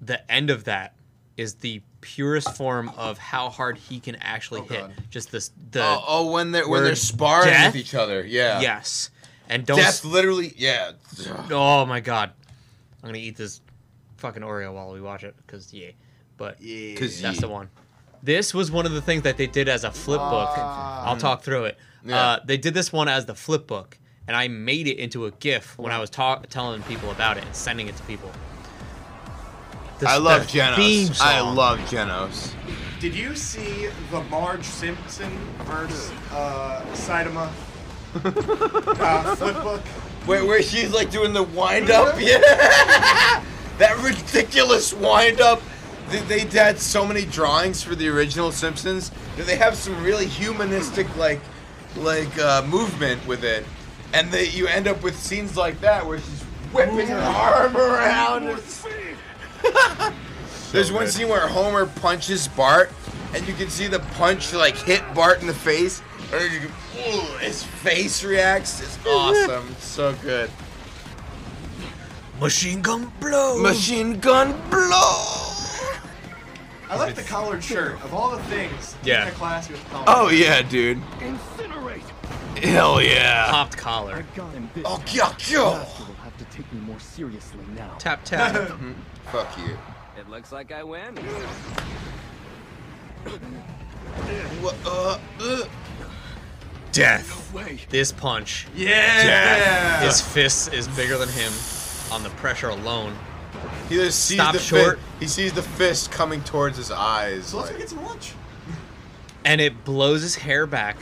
the end of that is the purest form of how hard he can actually hit. God. Just this the oh, oh, when they're when word they're sparring death? with each other, yeah, yes, and don't. Death literally, yeah. oh my god, I'm gonna eat this fucking Oreo while we watch it because yeah, but Yeah. 'Cause That's ye- the one. This was one of the things that they did as a flip book. I'll talk through it. Yeah. Uh, they did this one as the flip book, and I made it into a GIF when I was ta- telling people about it and sending it to people. The- I love the theme Genos. I song. love Genos. Did you see the Marge Simpson versus uh, Saitama uh, flip book? Wait, where she's like doing the wind up? Yeah, that ridiculous wind up. They, they had so many drawings for the original Simpsons that they have some really humanistic like like uh, movement with it, and that you end up with scenes like that where she's whipping her arm around. It's- There's one good. scene where Homer punches Bart, and you can see the punch like hit Bart in the face, and you can, ooh, his face reacts. It's awesome. It's so good. Machine Gun Blow. Machine gun blow. I like the collared shirt. Of all the things, Yeah. in the class with collared. Oh yeah, dude. Incinerate! Hell yeah. Popped collar. I've got him this. Oh yeah, yeah. Master will have to take me more seriously now. Tap tap. Fuck you. It looks like I win. Wha- uh, uh. Death. Wait. This punch. yeah. His fist is bigger than him on the pressure alone. He just sees Stop the fi- short. he sees the fist coming towards his eyes. So let's go like- get some lunch. And it blows his hair back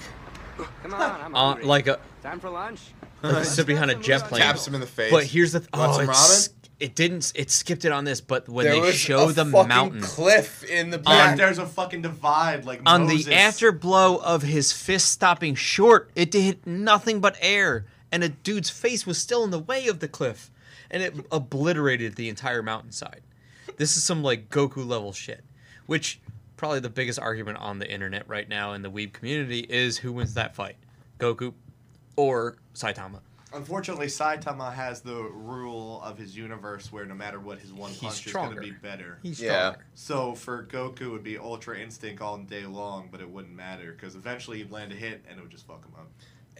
Come on, I'm on, hungry. Uh, like a Time for lunch. like a sit behind a jet plane. taps him in the face. But here's the th- Want oh, some it's, it didn't. It skipped it on this, but when There they was show a the fucking mountain cliff in the Yeah, back. there's a fucking divide like on Moses. the afterblow of his fist stopping short, it hit nothing but air, and a dude's face was still in the way of the cliff, and it obliterated the entire mountainside. This is some like Goku level shit, which probably the biggest argument on the internet right now in the weeb community is who wins that fight, Goku or Saitama. Unfortunately, Saitama has the rule of his universe where no matter what, his one He's punch is stronger. going to be better. He's Yeah. stronger. so for Goku, it would be Ultra Instinct all day long, but it wouldn't matter because eventually he'd land a hit and it would just fuck him up.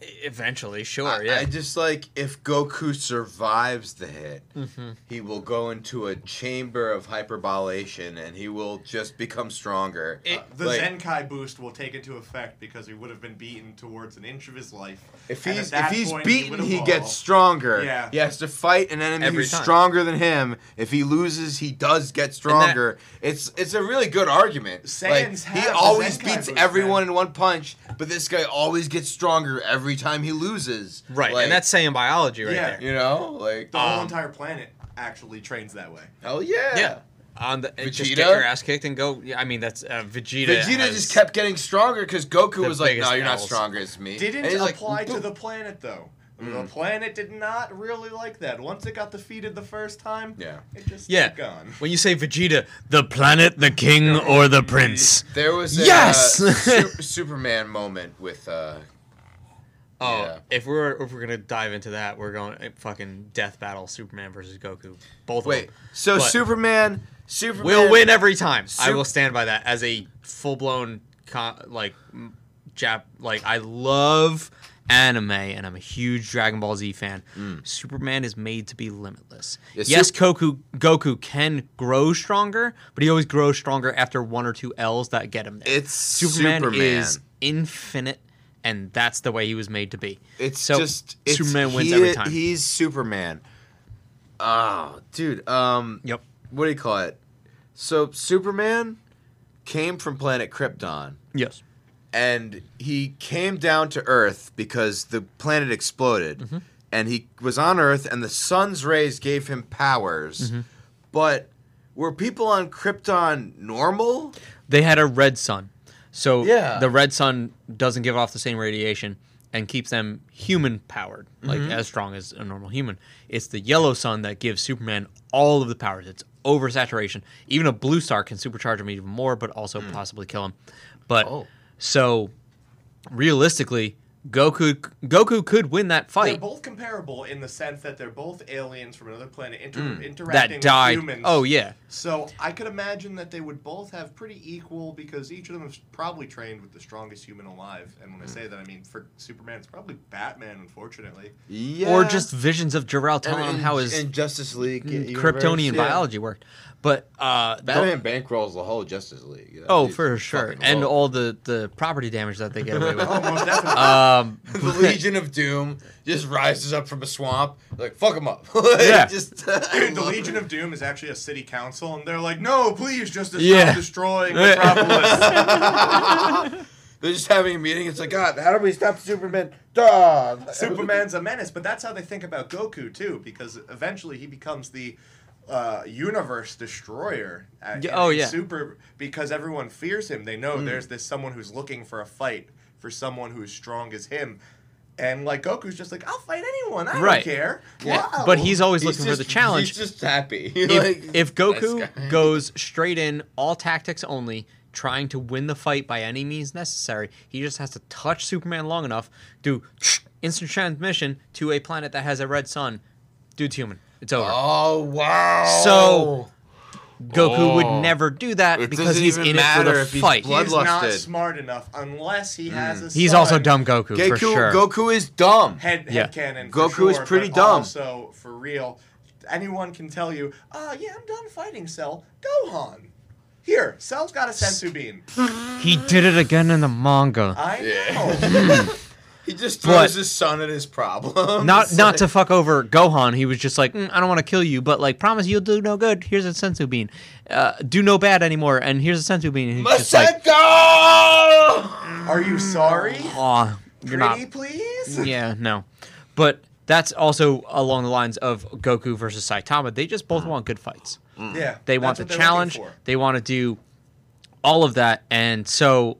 E-, Eventually, sure, I, yeah. I just like if Goku survives the hit, Mm-hmm. he will go into a chamber of hyperbolation and he will just become stronger. It- Uh, the Like- Zenkai boost will take into effect because he would have been beaten towards an inch of his life. If And at he's if that he's point, beaten, would he evolve. gets stronger. Yeah. He has to fight an enemy Every who's time. stronger than him. If he loses, he does get stronger. it's it's a really good argument. Saiyans like, he have the always Zenkai beats boost, everyone man. in one punch, but this guy always gets stronger every time he loses. right, Like, and that's saying biology right Yeah. there. you know like The whole Um, entire planet actually trains that way. hell yeah. Yeah. On the and just get Vegeta? your ass kicked and go. Yeah, I mean that's uh, Vegeta. Vegeta has- just kept getting stronger because Goku the was like, biggest "No, you're not L's." stronger. It's me." Didn't And he's like, Mm. apply to "Boop." the planet though. The planet did not really like that. Once it got defeated the first time, Yeah. it just Yeah. gone. When you say Vegeta, the planet, the king, or the prince. There was a, Yes! uh, Sup- Superman moment with uh, Oh, Yeah. if we're if we're gonna dive into that, we're going eh, fucking death battle Superman versus Goku. Both of wait. them. So But Superman, Superman will win every time. I Sup- will stand by that as a full blown con- like mm, Jap. Like I love anime and I'm a huge Dragon Ball Z fan. Superman is made to be limitless. Mm. Yeah, yes, Sup- Goku Goku can grow stronger, but he always grows stronger after one or two L's that get him there. It's Superman, Superman. is infinite, and that's the way he was made to be. It's so just it's, Superman wins he- every time. He's Superman. Oh, dude. Um, yep. what do you call it? So Superman came from planet Krypton. Yes. and he came down to Earth because the planet exploded, Mm-hmm. and he was on Earth, and the sun's rays gave him Mm-hmm. powers. But were people on Krypton normal? They had a red sun, so Yeah. the red sun doesn't give off the same radiation and keeps them human powered, like Mm-hmm. as strong as a normal human. It's the yellow sun that gives Superman all of the powers. It's oversaturation. Even a blue star can supercharge him even more, but also possibly kill him. But Mm. Oh. so realistically, Goku Goku could win that They're fight. both comparable in the sense that they're both aliens from another planet inter- Mm. interacting that died. with humans. Oh yeah. So I could imagine that they would both have pretty equal because each of them is probably trained with the strongest human alive. And when I say that, I mean for Superman, it's probably Batman, unfortunately. Yeah. or just visions of Jarrell telling him how his in Justice League Kryptonian biology worked. But uh, the- Batman bankrolls the whole Justice League. That oh, dude's for sure, fucking and low. all the the property damage that they get away with. Oh, most definitely. Um, the Legion of Doom just rises up from a swamp, like fuck him up. Yeah. just, Dude, the Legion of Doom is actually a city council, and they're like, no, please just stop Yeah. destroying Metropolis. They're just having a meeting. It's like, God, how do we stop Superman? Duh. Uh, Superman's a menace, but that's how they think about Goku, too, because eventually he becomes the uh, universe destroyer. at- Yeah, oh, in yeah. Hmm. Super, because everyone fears him. They know there's this someone who's looking for a fight for someone who's strong as him. And like Goku's just like, I'll fight anyone. I Right. don't care. Wow. but he's always looking just, for the challenge. He's just happy. if, if Goku nice guy. goes straight in, all tactics only, trying to win the fight by any means necessary, he just has to touch Superman long enough, do instant transmission to a planet that has a red sun. Dude's human. It's over. oh wow. So, Goku Oh. would never do that It because doesn't he's even in it for matter the if he's fight. blood- he's not bloodlusted. smart enough unless he has a Hmm. He's son. also dumb Goku Goku, for sure. Goku is dumb. head Yeah. head cannon. Goku is pretty dumb. Also, for real, anyone can tell you, uh, yeah, I'm done fighting Cell. Gohan. Here, Cell's got a sensu bean. He did it again in the manga. I know. Yeah. he just But- throws his son at his problem. Not not to fuck over Gohan. He was just like, "Mm, I don't want to kill you, but like, promise you'll do no good. Here's a sensu bean. Uh, do no bad anymore, and here's a sensu bean. And he's just like, Masako! Are you sorry? Aw, you're pretty not. please? Yeah, no. But that's also along the lines of Goku versus Saitama. They just both want good fights. Yeah. They want the that's what they're looking challenge. for. They want to do all of that. And so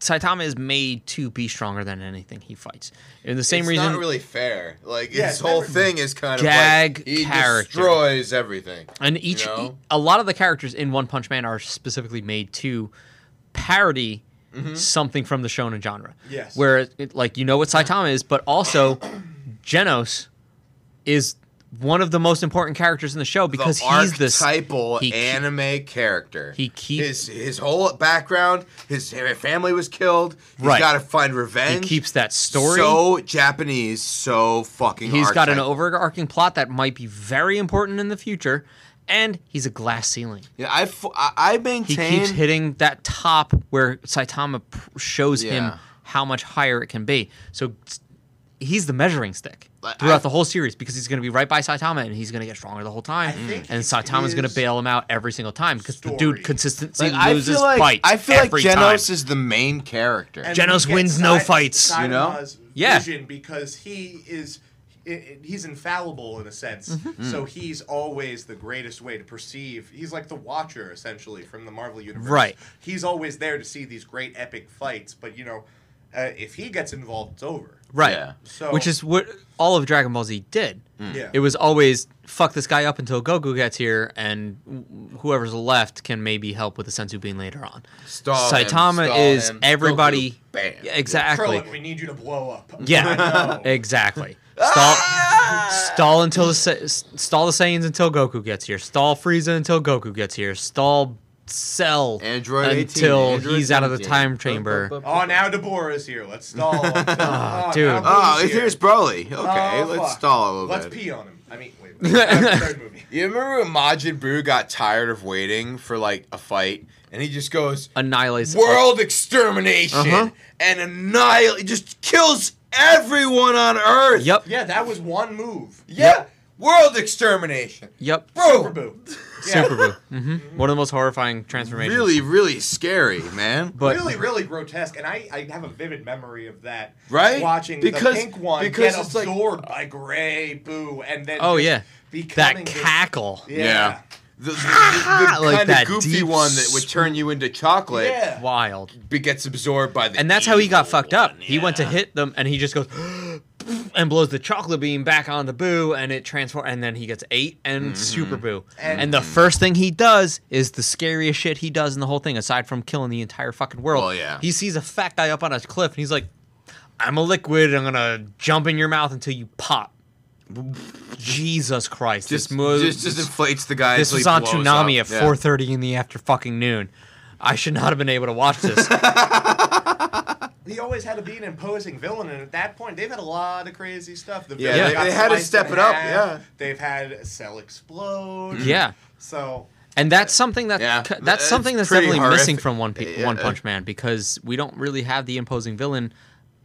Saitama is made to be stronger than anything he fights. And the same it's reason not really fair. Like Yeah, his it's whole never- thing is kind of Gag like he character. destroys everything. And each, e-, You know? a lot of the characters in One Punch Man are specifically made to parody Mm-hmm. something from the shonen genre. Yes. Where, it, it- like, you know what Saitama is, but also Genos is one of the most important characters in the show because the he's this archetypal he ke- anime character. he keep- his his whole background. His family was killed. He's Right. got to find He revenge. keeps that story. so Japanese, so fucking. He's got an archetypal. overarching plot that might be very important in the future, and he's a glass ceiling. Yeah, I f- I- I He maintain. keeps hitting that top where Saitama pr- shows him Yeah. how much higher it can be. So s- he's the measuring stick Like, throughout I- the whole series because he's going to be right by Saitama and he's going to get stronger the whole time. think And Saitama's going to his bail him out every single time because the dude story- consistently Like, I loses feel like fights I feel like every Genos time. is the main character. And Genos we get wins no Sai- fights. Sai You know? Ma's Yeah. Vision because he is. i- i- He's infallible in a sense, Mm-hmm. Mm. so he's always the greatest way to perceive. He's like the Watcher, essentially, from the Marvel universe. Right. He's always there to see these great epic fights, but you know, uh, if he gets involved, it's over. right. Yeah. Mm. So- Which is what all of Dragon Ball Z did. Yeah. It was always fuck this guy up until Goku gets here, and wh- whoever's left can maybe help with the Senzu Bean later on. Stall him, Saitama stall is him. everybody. Goku, bam. Yeah, exactly. Krillin, we need you to blow up. Yeah, I know. exactly. Stall, stall until the Sa- stall the Saiyans until Goku gets here. Stall Frieza until Goku gets here. Stall Cell Android 18, until Android he's out of the 17. time chamber. Oh, now Deborah's here. Let's stall. oh, now Ah, dude. Broly's Oh, here. here's Broly. Okay, Oh, let's fuck. stall a little Let's bit. pee on him. I mean, wait. that's the third movie. You remember when Majin Buu got tired of waiting for like a fight, and he just goes Annihilates world extermination Uh-huh. and annihilate, just kills everyone on Earth. Yep. Yeah, that was one move. Yeah. World extermination. Yep. Bro, Super Boo. Super Boo. hmm One of the most horrifying transformations. really, really scary, man. But really, really grotesque, and I, I have a vivid memory of that. Right? Watching Because- the pink one because get it's like- absorbed by Gray Boo, and then Oh, just yeah. becoming that this- cackle. yeah. The, the, the, the Like kind that of goofy deep one that would turn you into chocolate Yeah. Wild. be- gets absorbed by the. And that's how he got evil fucked up. one, He went to yeah. hit them and he just goes and blows the chocolate beam back on the Boo and it transforms and then he gets 8 and Mm-hmm. Super Boo. And, And- the first thing he does is the scariest shit he does in the whole thing aside from killing the entire fucking world. Well, yeah. He sees a fat guy up on a cliff and he's like I'm a liquid. I'm gonna jump in your mouth until you pop. Jesus Christ! Just, this move, just, just inflates the guy. this until was he on blows Tsunami up. at Yeah. 4:30 in the after fucking noon. I should not have been able to watch this. He always had to be an imposing villain, and at that point, they've had a lot of crazy stuff. The Yeah, villain they- got they had to sliced step in it up, half. yeah. Mm-hmm. they've had Cell explode. yeah. So And that's something that Yeah. that's, That's something that's pretty definitely missing horrific. from One Pe- Yeah. One Punch Man because we don't really have the imposing villain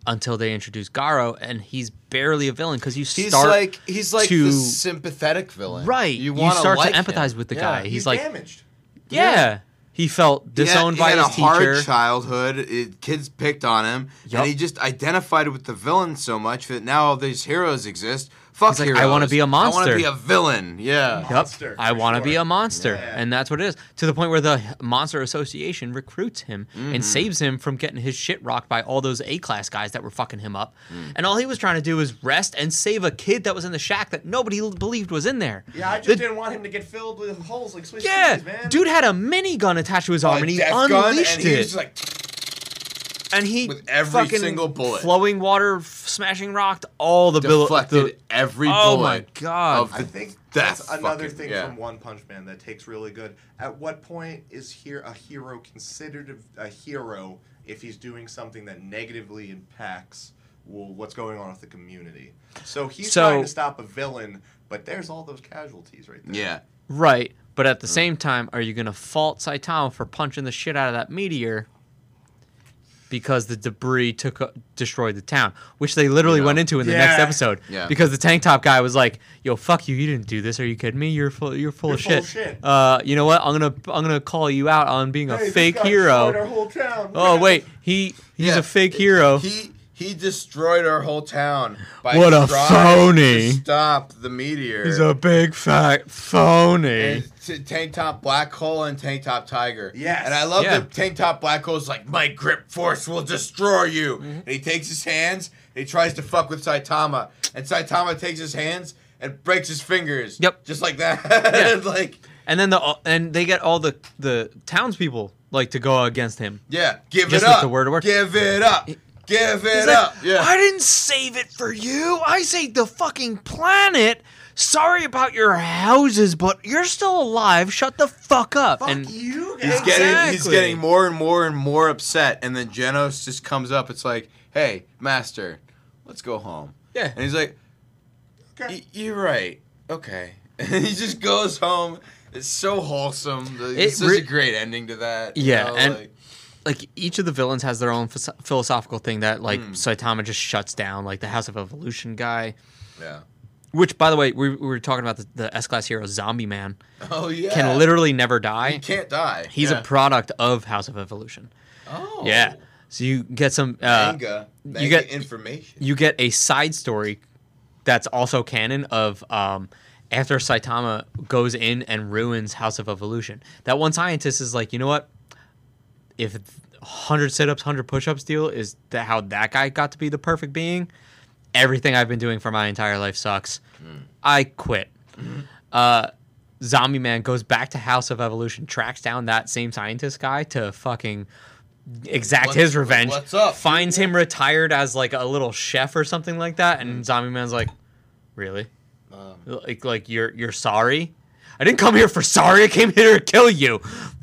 until they introduce Garo, and he's barely a villain because you He's start like he's like to- the sympathetic villain. right. You, You, want start like to him. empathize with the Yeah. guy. He's, he's, like, damaged. yeah. he felt He had- disowned he had, by his a hard teacher. childhood. It, kids picked on him, Yup. and he just identified with the villain so much that now these heroes exist. Fuck like, heroes. "I wanna be a I want monster." to be a villain. Yeah. Yup. monster, I for want to sure. be a monster, Yeah. and that's what it is. To the point where the Monster Association recruits him Mm-hmm. and saves him from getting his shit rocked by all those A class guys that were fucking him up. Mm. And all he was trying to do was rest and save a kid that was in the shack that nobody l- believed was in there. Yeah, I just The- didn't want him to get filled with holes like Swiss yeah, cheese, man. dude had a minigun attached to his arm, A and he death unleashed gun, and he it. was just like, and he with every fucking single bullet. flowing water, f- smashing rocked all the bill- deflected the- every Oh bullet. my God. Of the I think death that's another fucking- thing yeah. from One Punch Man that takes really good. At what point is here a hero considered a a hero if he's doing something that negatively impacts well, what's going on with the community? So he's So- trying to stop a villain, but there's all those casualties right there. yeah. Right. But at the Mm. same time, are you going to fault Saitama for punching the shit out of that meteor because the debris took uh, destroyed the town, which they literally You know. went into in the Yeah. next episode? Yeah. Because the tank top guy was like, "Yo, fuck you! You didn't do this. Are you kidding me? You're full. You're full, You're of, full shit. of shit. Uh, you know what? I'm gonna I'm gonna call you out on being Hey, a this fake guy destroyed Our hero. whole town. Oh wait, he he's Yeah. a fake hero. He He destroyed our whole town by What a trying phony. to stop the meteor. big fat phony. And t- tank top black hole and tank top tiger. Yes. And I love Yeah. that tank top black hole's like, my grip force will destroy you. Mm-hmm. And he takes his hands and he tries to fuck with Saitama. And Saitama takes his hands and breaks his fingers. Yep. Just like that. Yeah. like, And then the and they get all the the townspeople like to go against him. yeah, give Just it with up. the word work. Give it up. Give He's it like, up. Yeah. I didn't save it for you. I saved the fucking planet. Sorry about your houses, but you're still alive. Shut the fuck up. Fuck and you He's guys. getting he's Exactly. getting more and more and more upset, and then Genos just comes up. It's like, "Hey, master, let's go home." Yeah. and he's like, Okay. "Y- "You're right. Okay." And he just goes home. It's so wholesome. The- It's It such re- a great ending to that. Yeah, know, and- like- like each of the villains has their own phis- philosophical thing that like Hmm. Saitama just shuts down, like the House of Evolution guy. yeah. Which, by the way, we, we were talking about the, the S class hero Zombie Man Oh yeah. can literally never He die. can't die. He's Yeah. a product of House of Evolution. oh Yeah. So you get some. Uh, Manga. Manga get- information. you get a side story that's also canon of um, after Saitama goes in and ruins House of Evolution. That one scientist is like, you know what? If 100 sit ups, 100 push ups deal is that how that guy got to be the perfect being, everything I've been doing for my entire life sucks. I quit. Uh, Zombie Man goes back to House of Evolution, tracks down that same scientist guy to fucking exact What's- his revenge. what's up? Finds him retired as like a little chef or something like that, Mm-hmm. and Zombie Man's like, "Really? Um, like, like you're you're sorry? I didn't come here for sorry. I came here to kill you.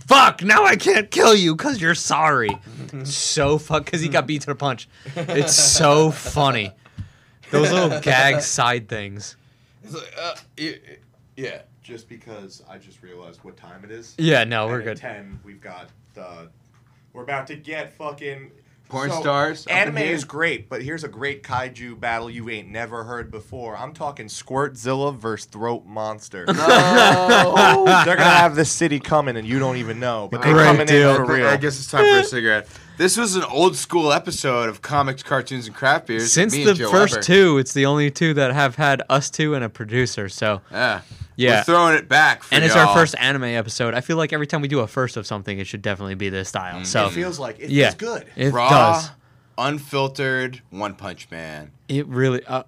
Fuck! Now I can't kill you because you're sorry. so fuck because he got beat to the punch. It's so funny. Those little gag side things. It's like, uh, y- y- yeah. Just because I just realized what time it is. Yeah, no, And Oh, we're at good. Ten. We've got the. We're about to get fucking. Porn stars up in Anime here. is great, but here's a great kaiju battle you ain't never heard before. I'm talking Squirtzilla versus Throat Monster. Oh. They're gonna have this city coming, and you don't even know. But they're Great coming deal. in for But real. I guess it's time for a cigarette. This was an old school episode of comics, cartoons, and craft beers. with Since me the and Joe first Weber. two, it's the only two that have had us two and a producer. So yeah, Yeah. we're throwing it back. For and it's y'all. our first anime episode. I feel like every time we do a first of something, it should definitely be this style. Mm. So it feels like it yeah, feels good. It raw, does. unfiltered One Punch Man. It really uh,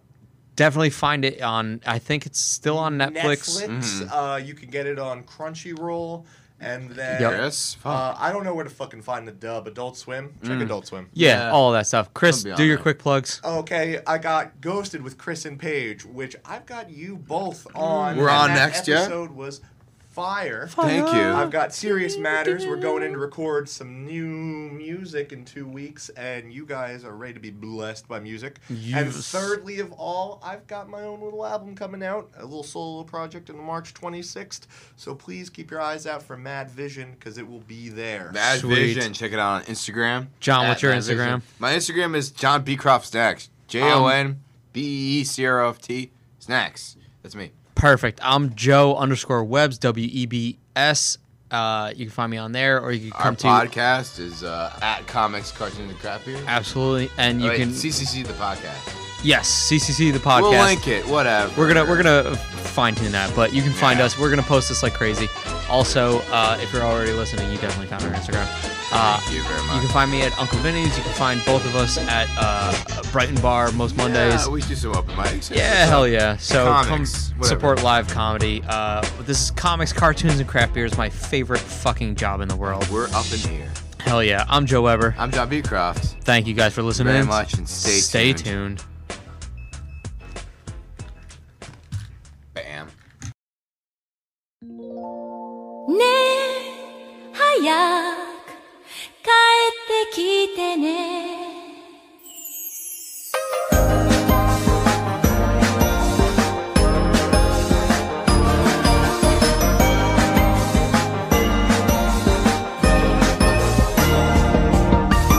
definitely find it on. I think it's still on Netflix. Mm. mm-hmm. Netflix, uh, you can get it on Crunchyroll, and then Yep. Chris, fuck. uh, I don't know where to fucking find the dub. Adult Swim. Check Mm. Adult Swim. Yeah, Yeah. all that stuff. Chris, It'll be do on your there. quick plugs. Okay, I got ghosted with Chris and Paige, which I've got you both on. We're and on that next, yeah? Episode was fire. Thank Uh, I've you. got serious matters. We're going in to record some new music in two weeks, and you guys are ready to be blessed by music. And Yes. thirdly of all, I've got my own little album coming out, a little solo project on March 26th. So please keep your eyes out for Mad Vision because it will be there. Mad Sweet. Vision. Check it out on Instagram. John, At what's your Mad Vision. Instagram? Um, My Instagram is John B. Crop Snacks. J O N B E C R O F T Snacks. That's me. Perfect. I'm Joe underscore Webs W E B S. Uh, you can find me on there, or you can Our come to podcast is uh, at Comics, Cartoons, and Craft Beer. absolutely, and you Wait, can CCC the podcast. yes CCC the podcast. We'll link it. Whatever. We're gonna we're gonna fine tune that, but you can find Yeah. us. We're gonna post this like crazy. Also, uh, if you're already listening, you definitely found our Instagram. Uh, Thank you very you much. can find me at Uncle Vinny's. You can find both of us at uh, Brighton Bar most Mondays. Yeah, we do some open mics. Yeah, hell yeah. So Comics, come whatever. support live comedy. Uh, this is comics, cartoons, and craft beers. My favorite fucking job in the world. We're up in here. Hell yeah. I'm Joe Weber. I'm John B. Croft. Thank you guys for listening. Very much, and stay Stay tuned. tuned. Bam. ねえ、早く帰ってきてね。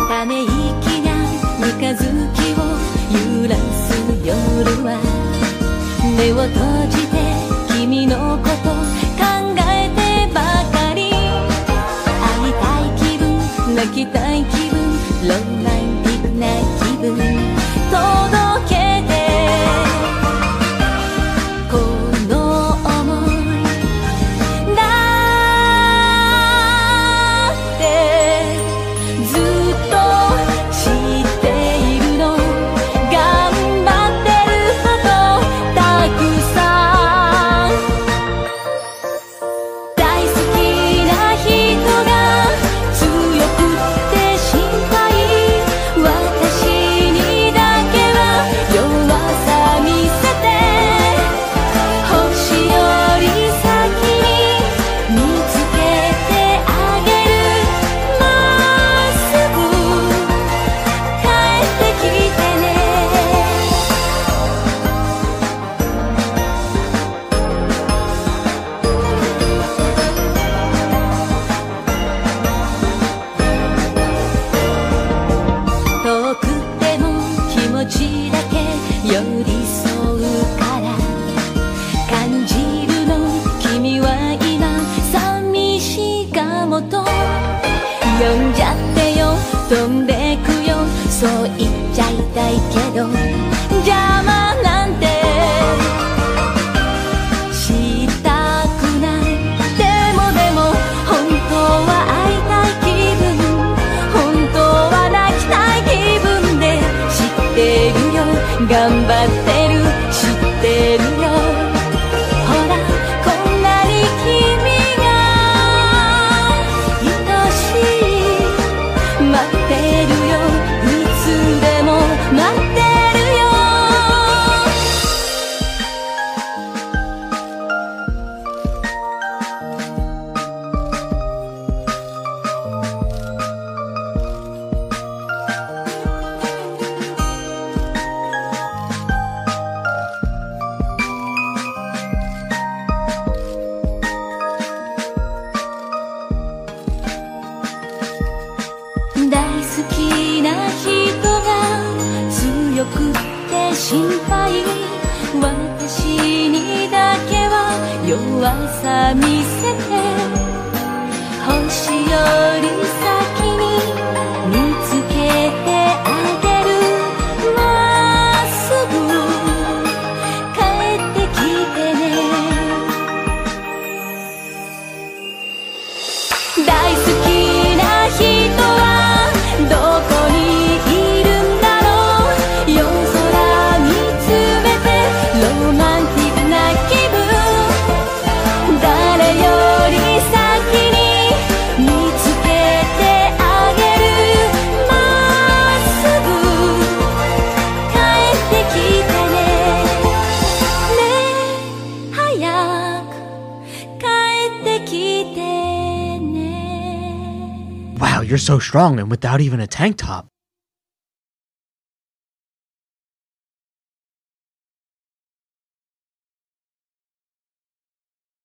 ため息が三日月を揺らす夜は目を閉じて君のこと考えてばかり会いたい気分泣きたい気分ロンライ呼んじゃってよ飛んでくよそう言っちゃいたいけど邪魔なんてしたくないでもでも本当は会いたい気分本当は泣きたい気分で知ってるよ頑張ってる知ってるよほらこんなに君が愛しい待ってるよいつでも待ってるよ大好きな人が強くって心配私にだけは弱さ見せて星より先に見つけてあげるまっすぐ帰ってきてね大好きな人はどこにいるんだろう夜空見つめてロマンティックな気分誰より先に見つけてあげるまっすぐ帰ってきてねねえ早く帰ってきてね Wow, you're so strong and without even a tank top.